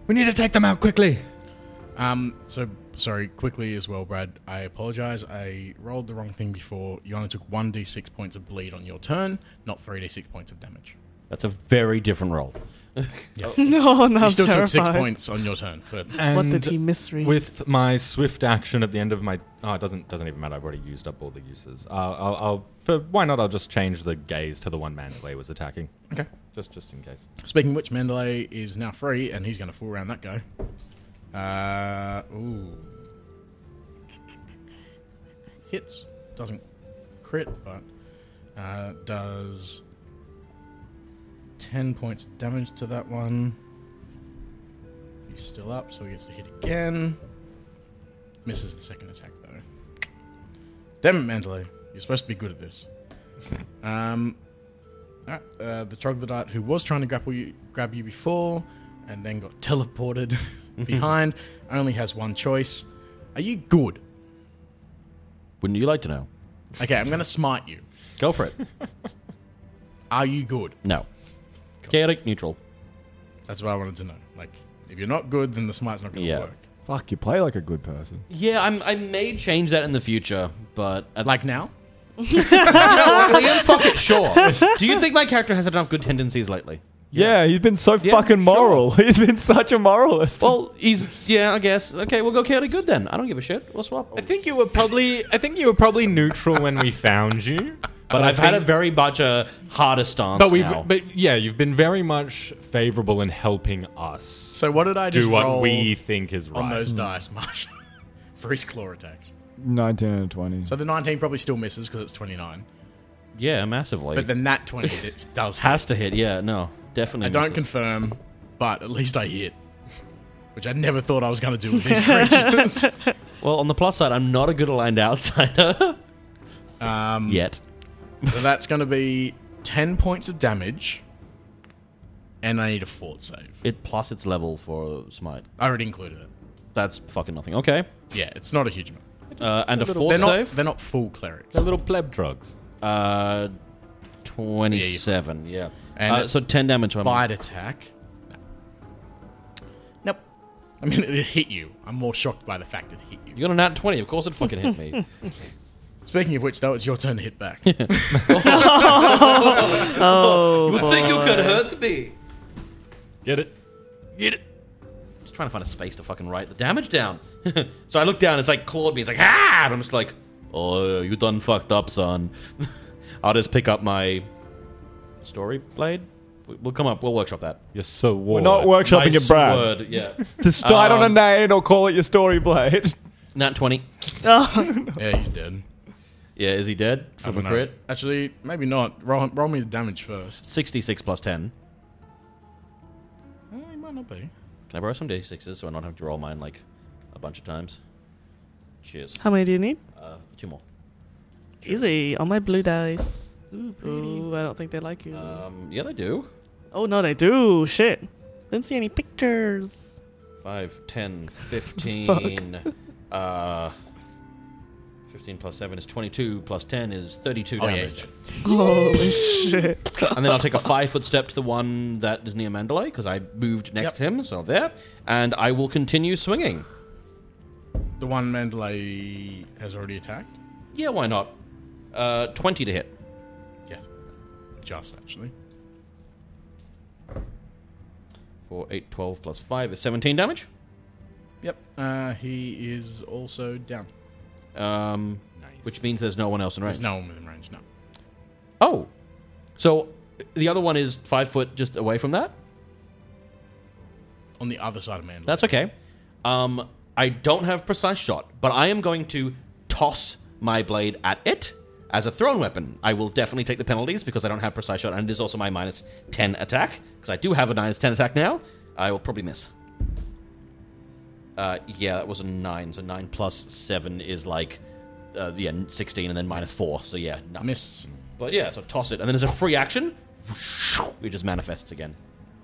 Speaker 5: We need to take them out quickly!
Speaker 8: um, so, sorry, quickly as well, Brad. I apologize. I rolled the wrong thing before. You only took 1d6 points of bleed on your turn, not 3d6 points of damage.
Speaker 1: That's a very different roll.
Speaker 4: No, no,
Speaker 8: You
Speaker 4: I'm
Speaker 8: still took six
Speaker 4: terrified.
Speaker 8: points on your turn, but...
Speaker 4: What
Speaker 5: And
Speaker 4: did he misread?
Speaker 5: With my swift action at the end of my oh, it doesn't doesn't even matter. I've already used up all the uses. Uh, I'll, I'll for why not? I'll just change the gaze to the one Mandalay was attacking. Okay, just just in case.
Speaker 8: Speaking of which, Mandalay is now free, and he's going to fool around that guy. Uh, ooh. Hits. Doesn't crit, but uh, does 10 points of damage to that one. He's still up, so he gets to hit again. Misses the second attack, though. Damn it, Mandalay. You're supposed to be good at this. Um, Alright, uh, the troglodyte who was trying to grapple you, grab you before and then got teleported behind only has one choice. Are you good?
Speaker 1: Wouldn't you like to know?
Speaker 8: Okay, I'm going to smite you.
Speaker 1: Go for it.
Speaker 8: Are you good?
Speaker 1: No. Chaotic neutral.
Speaker 8: That's what I wanted to know. Like, If you're not good, then the smite's not going to
Speaker 7: Yeah.
Speaker 8: work.
Speaker 2: Fuck, you play like a good person.
Speaker 7: Yeah, I'm, I may change that in the future, but at,
Speaker 8: Like now?
Speaker 15: No, Liam, fuck it, sure. Do you think my character has enough good tendencies lately?
Speaker 2: Yeah, he's been so
Speaker 15: Yeah,
Speaker 2: fucking
Speaker 15: sure.
Speaker 2: moral. He's been such a moralist.
Speaker 15: Well, he's yeah, I guess. Okay, we'll go chaotic good then. I don't give a shit. We'll swap.
Speaker 5: I think you were probably I think you were probably neutral when we found you.
Speaker 15: But I've had a
Speaker 5: think-
Speaker 15: very much a harder stance.
Speaker 5: But we've
Speaker 15: now.
Speaker 5: but yeah, you've been very much favorable in helping us
Speaker 8: So what did I just
Speaker 5: do what
Speaker 8: roll
Speaker 5: we Hmm. think is right.
Speaker 8: on those dice, Marshall? For his claw attacks.
Speaker 2: 19 and 20.
Speaker 8: So the 19 probably still misses because it's 29.
Speaker 7: yeah, massively.
Speaker 8: But then that 20 it does hit.
Speaker 7: has to hit. Yeah, no, definitely.
Speaker 8: I don't
Speaker 7: misses.
Speaker 8: confirm, but at least I hit. Which I never thought I was going to do with these creatures.
Speaker 7: well, on the plus side, I'm not a good aligned outsider
Speaker 8: Um,
Speaker 7: yet.
Speaker 8: So that's going to be 10 points of damage. And I need a fort save.
Speaker 7: It plus its level for smite.
Speaker 8: I already included it.
Speaker 7: That's fucking nothing. Okay,
Speaker 8: Yeah, it's not a huge amount.
Speaker 7: uh, and a
Speaker 8: They're
Speaker 7: fort
Speaker 8: not,
Speaker 7: save.
Speaker 8: they're not full clerics.
Speaker 5: They're little pleb drugs.
Speaker 7: Uh, twenty-seven. Yeah,
Speaker 8: And
Speaker 7: Uh,
Speaker 8: it-
Speaker 7: so ten damage. to him.
Speaker 8: Bite attack. No. Nope. I mean, it hit you. I'm more shocked by the fact that it hit you.
Speaker 7: You got a nat twenty. Of course, it fucking hit me.
Speaker 8: Speaking of which, though, it's your turn to hit back.
Speaker 4: Oh,
Speaker 7: you
Speaker 4: boy.
Speaker 7: think you could hurt me?
Speaker 5: Get it?
Speaker 7: Get it. Just trying to find a space to fucking write the damage down. so I look down, it's like clawed me. It's like, ah! And I'm just like, oh, you done fucked up, son. I'll just pick up my story blade. We- We'll come up, we'll workshop that.
Speaker 5: You're so warm.
Speaker 2: not workshopping
Speaker 7: Nice
Speaker 2: your brand.
Speaker 7: word, yeah.
Speaker 2: Just die on a
Speaker 7: Um,
Speaker 2: name or call it your story blade.
Speaker 7: Nat 20.
Speaker 8: yeah, he's dead.
Speaker 7: Yeah, is he dead
Speaker 8: I
Speaker 7: from a
Speaker 8: don't know.
Speaker 7: crit?
Speaker 8: Actually, maybe not. Roll, roll me the damage first.
Speaker 7: 66 plus 10.
Speaker 8: Oh, he might not be.
Speaker 7: Can I borrow some d6s so I don't have to roll mine like a bunch of times? Cheers.
Speaker 4: How many do you need?
Speaker 7: Uh, two more.
Speaker 4: Easy on my blue dice. Ooh, I don't think they like you.
Speaker 7: Um, yeah, they do.
Speaker 4: oh no, they do. Shit, didn't see any pictures.
Speaker 7: 5, 10, 15. uh, 15 plus 7 is 22, plus 10 is 32
Speaker 8: Oh, yeah, he's
Speaker 7: damage.
Speaker 8: dead.
Speaker 4: Holy shit!
Speaker 7: and then I'll take a 5 foot step to the one that is near Mandalay because I moved next
Speaker 8: Yep.
Speaker 7: to him, so there. And I will continue swinging.
Speaker 8: The one Mandalay has already attacked?
Speaker 7: Yeah, why not? Uh, 20 to hit.
Speaker 8: Yes. Just, actually.
Speaker 7: For 8, 12 plus 5 is 17 damage.
Speaker 8: Yep. Uh, he is also down.
Speaker 7: Um, Which means there's no one else in range.
Speaker 8: There's no one within range, no.
Speaker 7: Oh. So the other one is 5 foot just away from that?
Speaker 8: On the other side of Mandalay.
Speaker 7: That's okay. Um, I don't have precise shot, but I am going to toss my blade at it as a thrown weapon. I will definitely take the penalties because I don't have precise shot, and it is also my minus 10 attack because I do have a minus 10 attack now. I will probably miss. Uh, yeah, that was a 9, so 9 plus 7 is like, uh, yeah, 16 and then minus 4, so yeah, no.
Speaker 8: Miss.
Speaker 7: But yeah, so toss it, and then as a free action, it just manifests again.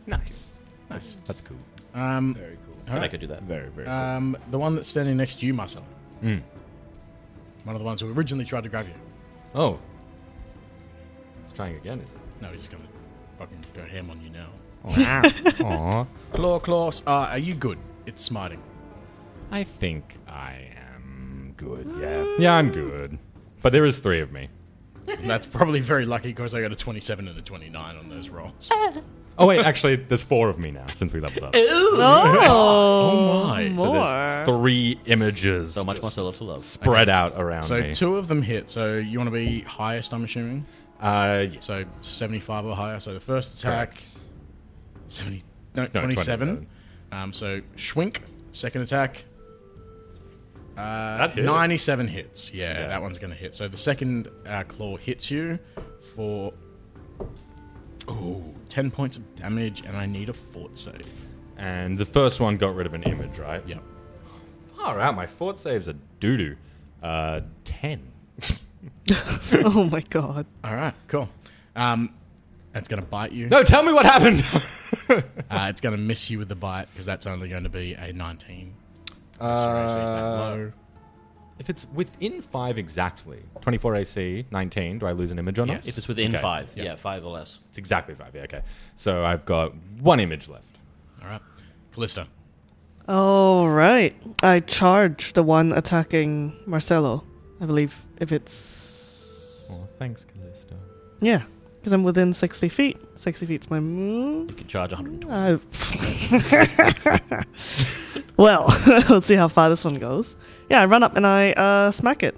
Speaker 5: Nice.
Speaker 8: Nice.
Speaker 5: That's cool.
Speaker 8: Um,
Speaker 7: Very cool.
Speaker 8: All
Speaker 7: I
Speaker 8: right.
Speaker 7: could do that.
Speaker 2: Very, very.
Speaker 8: um, the one that's standing next to you, Marcel. One of the ones who originally tried to grab you.
Speaker 5: Oh. It's trying again, is it?
Speaker 8: No, he's gonna fucking go ham on you now.
Speaker 5: Aw.
Speaker 8: Claw, claw. s- Uh, are you good? It's smiting.
Speaker 5: I think I am good, yeah. Yeah, I'm good. But there is three of me.
Speaker 8: That's probably very lucky because I got a 27 and a 29 on those rolls.
Speaker 5: Oh wait, actually there's four of me now since we leveled up. So
Speaker 4: Oh,
Speaker 8: Oh my.
Speaker 4: more.
Speaker 5: there's three images
Speaker 7: So much
Speaker 5: just
Speaker 7: Marcelo to love.
Speaker 5: spread out around
Speaker 8: So
Speaker 5: me.
Speaker 8: two of them hit. So you want to be highest, I'm assuming.
Speaker 5: uh yes.
Speaker 8: So 75 or higher. So the first attack, 70, no, 27.
Speaker 5: 27.
Speaker 8: Um, so Schwink, second attack. Uh,
Speaker 5: That hit.
Speaker 8: 97 hits. Yeah,
Speaker 5: Yeah.
Speaker 8: that one's going to hit. So the second uh, claw hits you for ooh, 10 points of damage, and I need a fort save.
Speaker 5: And the first one got rid of an image, right?
Speaker 8: Yep.
Speaker 5: Far out, my fort saves a doo doo. Uh ten.
Speaker 4: Oh my god.
Speaker 8: All right, cool. Um, that's going to bite you.
Speaker 5: No, tell me what happened.
Speaker 8: Uh, it's going to miss you with the bite because that's only going to be a 19. Sorry, is that
Speaker 5: Uh,
Speaker 8: low?
Speaker 5: if it's within five exactly, twenty-four AC, nineteen. Do I lose an image or not?
Speaker 8: Yes.
Speaker 7: If it's within
Speaker 5: Okay,
Speaker 7: five, yeah, five or less.
Speaker 5: It's exactly five. Yeah, okay. So I've got one image left.
Speaker 8: All right.
Speaker 1: Callista.
Speaker 4: All right. I charge the one attacking Marcelo. I believe if it's
Speaker 5: Well, thanks, Callisto.
Speaker 4: yeah, because I'm within sixty feet. Sixty feet's my move.
Speaker 7: You can charge 120.
Speaker 4: I- well, let's see how far this one goes. Yeah, I run up and I uh, smack it.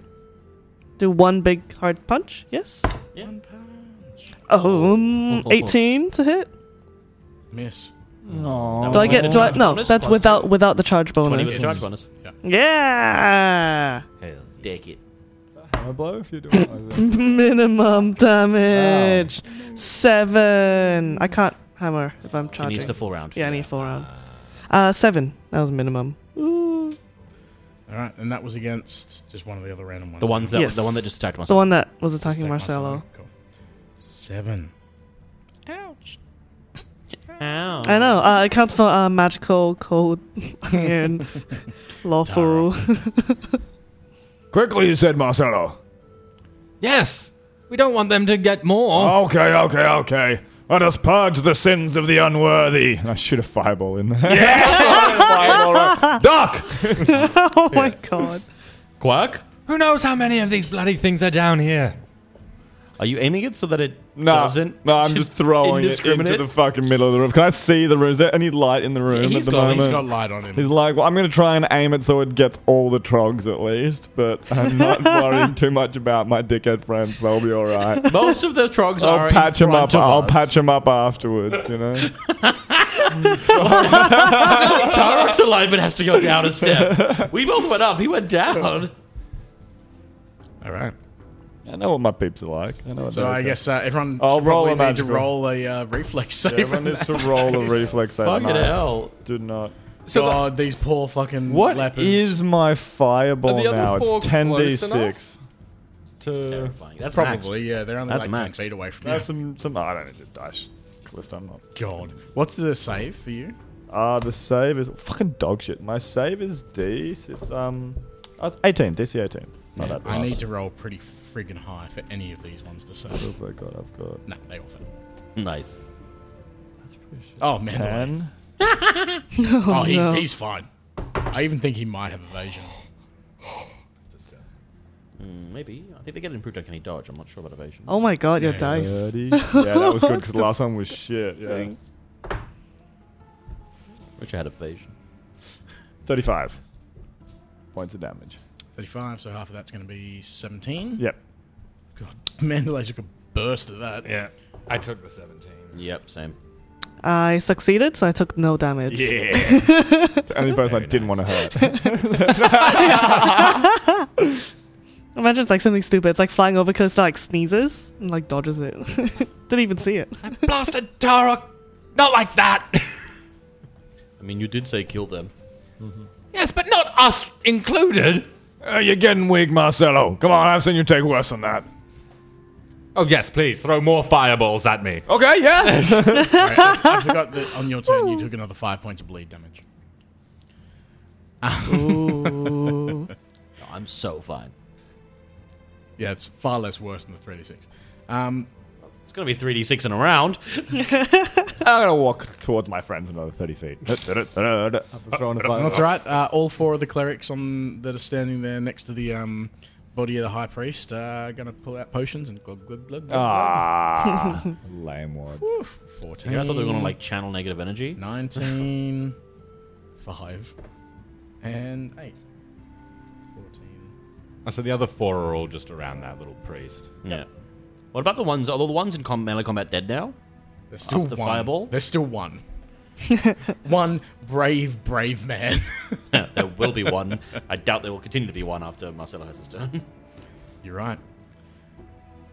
Speaker 4: Do one big hard punch. Yes.
Speaker 7: Yeah.
Speaker 4: Oh, um, 18 to hit.
Speaker 1: Miss.
Speaker 4: Do I get? Do I? No, that's without without the charge
Speaker 7: 20 with
Speaker 4: bonus.
Speaker 7: a charge bonus.
Speaker 4: Yeah,
Speaker 7: Take it.
Speaker 2: Hammer blow if you do it like that.
Speaker 4: minimum damage seven. I can't hammer if I'm
Speaker 7: He needs
Speaker 4: charging.
Speaker 7: the full round.
Speaker 4: yeah, I need full round. Uh, seven. That was minimum. Ooh.
Speaker 1: All right, and that was against just one of the other random ones.
Speaker 7: The ones that
Speaker 4: Yes.
Speaker 7: the one that just attacked
Speaker 4: The
Speaker 7: myself.
Speaker 4: one that was
Speaker 1: Just
Speaker 4: attacking
Speaker 1: take
Speaker 4: Marcelo.
Speaker 1: Cool. Seven.
Speaker 3: Ow.
Speaker 4: I know. Uh, it counts for uh, magical, cold, iron, lawful.
Speaker 6: Quickly, you said, Marcelo.
Speaker 5: Yes! We don't want them to get more.
Speaker 6: Okay, okay, okay. Let us purge the sins of the unworthy.
Speaker 2: And I shoot a fireball in there.
Speaker 6: Doc!
Speaker 4: oh my god.
Speaker 3: Quack?
Speaker 5: Who knows how many of these bloody things are down here?
Speaker 7: Are you aiming it so that it
Speaker 2: No,
Speaker 7: doesn't?
Speaker 2: no, I'm just throwing it into
Speaker 7: indiscriminate?
Speaker 2: the fucking middle of the room. Can I see the room? Is there any light in the room
Speaker 7: Yeah,
Speaker 2: at
Speaker 7: he's
Speaker 2: the
Speaker 7: got-
Speaker 2: moment?
Speaker 7: he's
Speaker 1: He's got light on him.
Speaker 2: He's like, well, I'm going to try and aim it so it gets all the trogs at least, but I'm not worrying too much about my dickhead friends. They'll be all right.
Speaker 7: Most of the trogs are
Speaker 2: I'll
Speaker 7: in
Speaker 2: patch him
Speaker 7: front
Speaker 2: up.
Speaker 7: of
Speaker 2: I'll
Speaker 7: us.
Speaker 2: patch him up afterwards. You know.
Speaker 7: Tarok's alignment has to go down a step. We both went up. He went down.
Speaker 1: All right.
Speaker 2: I know what my peeps are like. I know what
Speaker 1: So
Speaker 2: they're
Speaker 1: I
Speaker 2: like.
Speaker 1: guess uh, everyone
Speaker 2: I'll
Speaker 1: should
Speaker 2: roll
Speaker 1: probably
Speaker 2: a
Speaker 1: need to
Speaker 2: magical.
Speaker 1: roll a uh, reflex save.
Speaker 2: everyone needs to roll a reflex save.
Speaker 7: Fucking
Speaker 2: Mine
Speaker 7: hell.
Speaker 2: Did not.
Speaker 1: God, uh, these poor fucking
Speaker 2: What is
Speaker 1: leopards.
Speaker 2: my fireball
Speaker 5: Are the other
Speaker 2: now?
Speaker 5: four
Speaker 2: It's ten d
Speaker 5: close
Speaker 2: six.
Speaker 5: To
Speaker 7: Terrifying. That's
Speaker 1: probably yeah? They're only
Speaker 7: That's
Speaker 1: like ten
Speaker 7: maxed.
Speaker 1: feet away from
Speaker 2: I
Speaker 1: you.
Speaker 2: have some. Some. I don't need to dice. List. I'm not.
Speaker 1: God, what's the save for you?
Speaker 2: Uh, the save is fucking dog shit. My save is D. It's um, uh, it's eighteen. DC eighteen. Not that
Speaker 1: I
Speaker 2: bad.
Speaker 1: need to roll pretty friggin' high for any of these ones to save.
Speaker 2: Oh my god, I've got
Speaker 1: no, they all fail.
Speaker 7: maxed. Nice.
Speaker 1: Oh man,
Speaker 2: ten.
Speaker 1: oh he's
Speaker 4: no.
Speaker 1: he's fine. I even think he might have evasion.
Speaker 7: Mm, maybe. I think they get improved uncanny dodge. I'm not sure about evasion.
Speaker 4: Oh my god, your
Speaker 1: Yeah,
Speaker 4: dice.
Speaker 2: 30. Yeah, that was good because the last one was shit. Yeah.
Speaker 7: Which I had evasion.
Speaker 2: Thirty-five points of damage.
Speaker 1: Thirty-five, so half of that's going to be seventeen.
Speaker 2: Yep.
Speaker 1: God, Mandalay took a burst of that.
Speaker 5: Yeah. I took the 17.
Speaker 7: Yep, same.
Speaker 4: I succeeded, so I took no damage.
Speaker 2: Yeah. the only person I
Speaker 5: Very
Speaker 2: didn't want to hurt.
Speaker 4: Imagine it's like something stupid. It's like flying over because like sneezes and like dodges it. Didn't even see it.
Speaker 5: Blasted Tarok! Not like that!
Speaker 7: I mean, you did say kill them.
Speaker 5: yes, but not us included!
Speaker 6: Uh, you're getting weak, Marcelo. Come on, I've seen you take worse than that.
Speaker 5: Oh, yes, please, throw more fireballs at me.
Speaker 2: okay. Yeah.
Speaker 1: Right, I, I forgot that on your turn you took another five points of bleed damage.
Speaker 7: No, I'm so fine.
Speaker 1: Yeah, it's far less worse than the three d six. Um,
Speaker 7: It's going to be 3d6 in a round.
Speaker 2: I'm gonna walk towards my friends another thirty feet. throwing a fire.
Speaker 7: Oh.
Speaker 1: That's all right. Uh, all four of the clerics on that are standing there next to the um, body of the high priest are going to pull out potions and glug glug glug. glug, glug.
Speaker 2: Ah, lame words.
Speaker 1: Oof. Fourteen.
Speaker 7: Yeah, I thought they were going to like channel negative energy.
Speaker 1: Nineteen. five. And eight. Fourteen.
Speaker 5: Oh, so the other four are all just around that little priest.
Speaker 7: Yeah. What about the ones? Are the ones in com- melee combat dead now?
Speaker 1: There's still
Speaker 7: After
Speaker 1: one.
Speaker 7: fireball?
Speaker 1: There's still one. one brave, brave man.
Speaker 7: there will be one. I doubt there will continue to be one after Marcelo has his turn.
Speaker 1: You're right.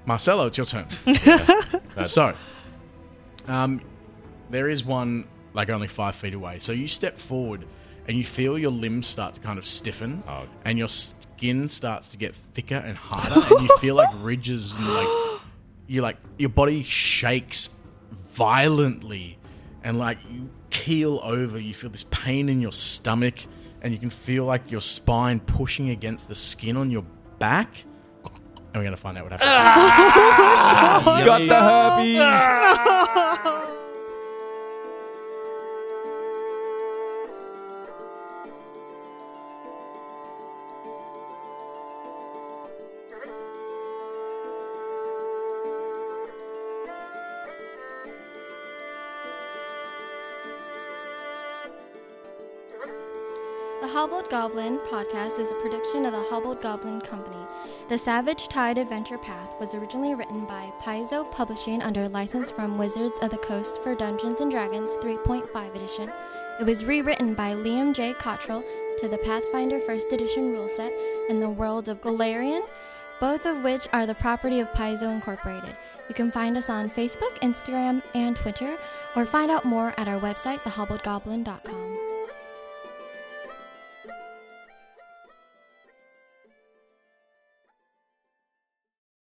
Speaker 1: Marcelo, it's your turn. so, um, there is one like only five feet away. So you step forward and you feel your limbs start to kind of stiffen
Speaker 5: Oh.
Speaker 1: and your skin starts to get thicker and harder and you feel like ridges and like you like your body shakes violently and like you keel over you feel this pain in your stomach and you can feel like your spine pushing against the skin on your back and we're gonna find out what happens
Speaker 2: Got the herpes.
Speaker 16: Hobbled Goblin podcast is a production of the Hobbled Goblin Company. The Savage Tide Adventure Path was originally written by Paizo Publishing under license from Wizards of the Coast for Dungeons and Dragons 3.5 edition. It was rewritten by Liam J. Cottrell to the Pathfinder 1st Edition rule set and the world of Galarian, both of which are the property of Paizo Incorporated. You can find us on Facebook, Instagram, and Twitter, or find out more at our website, thehobbledgoblin.com.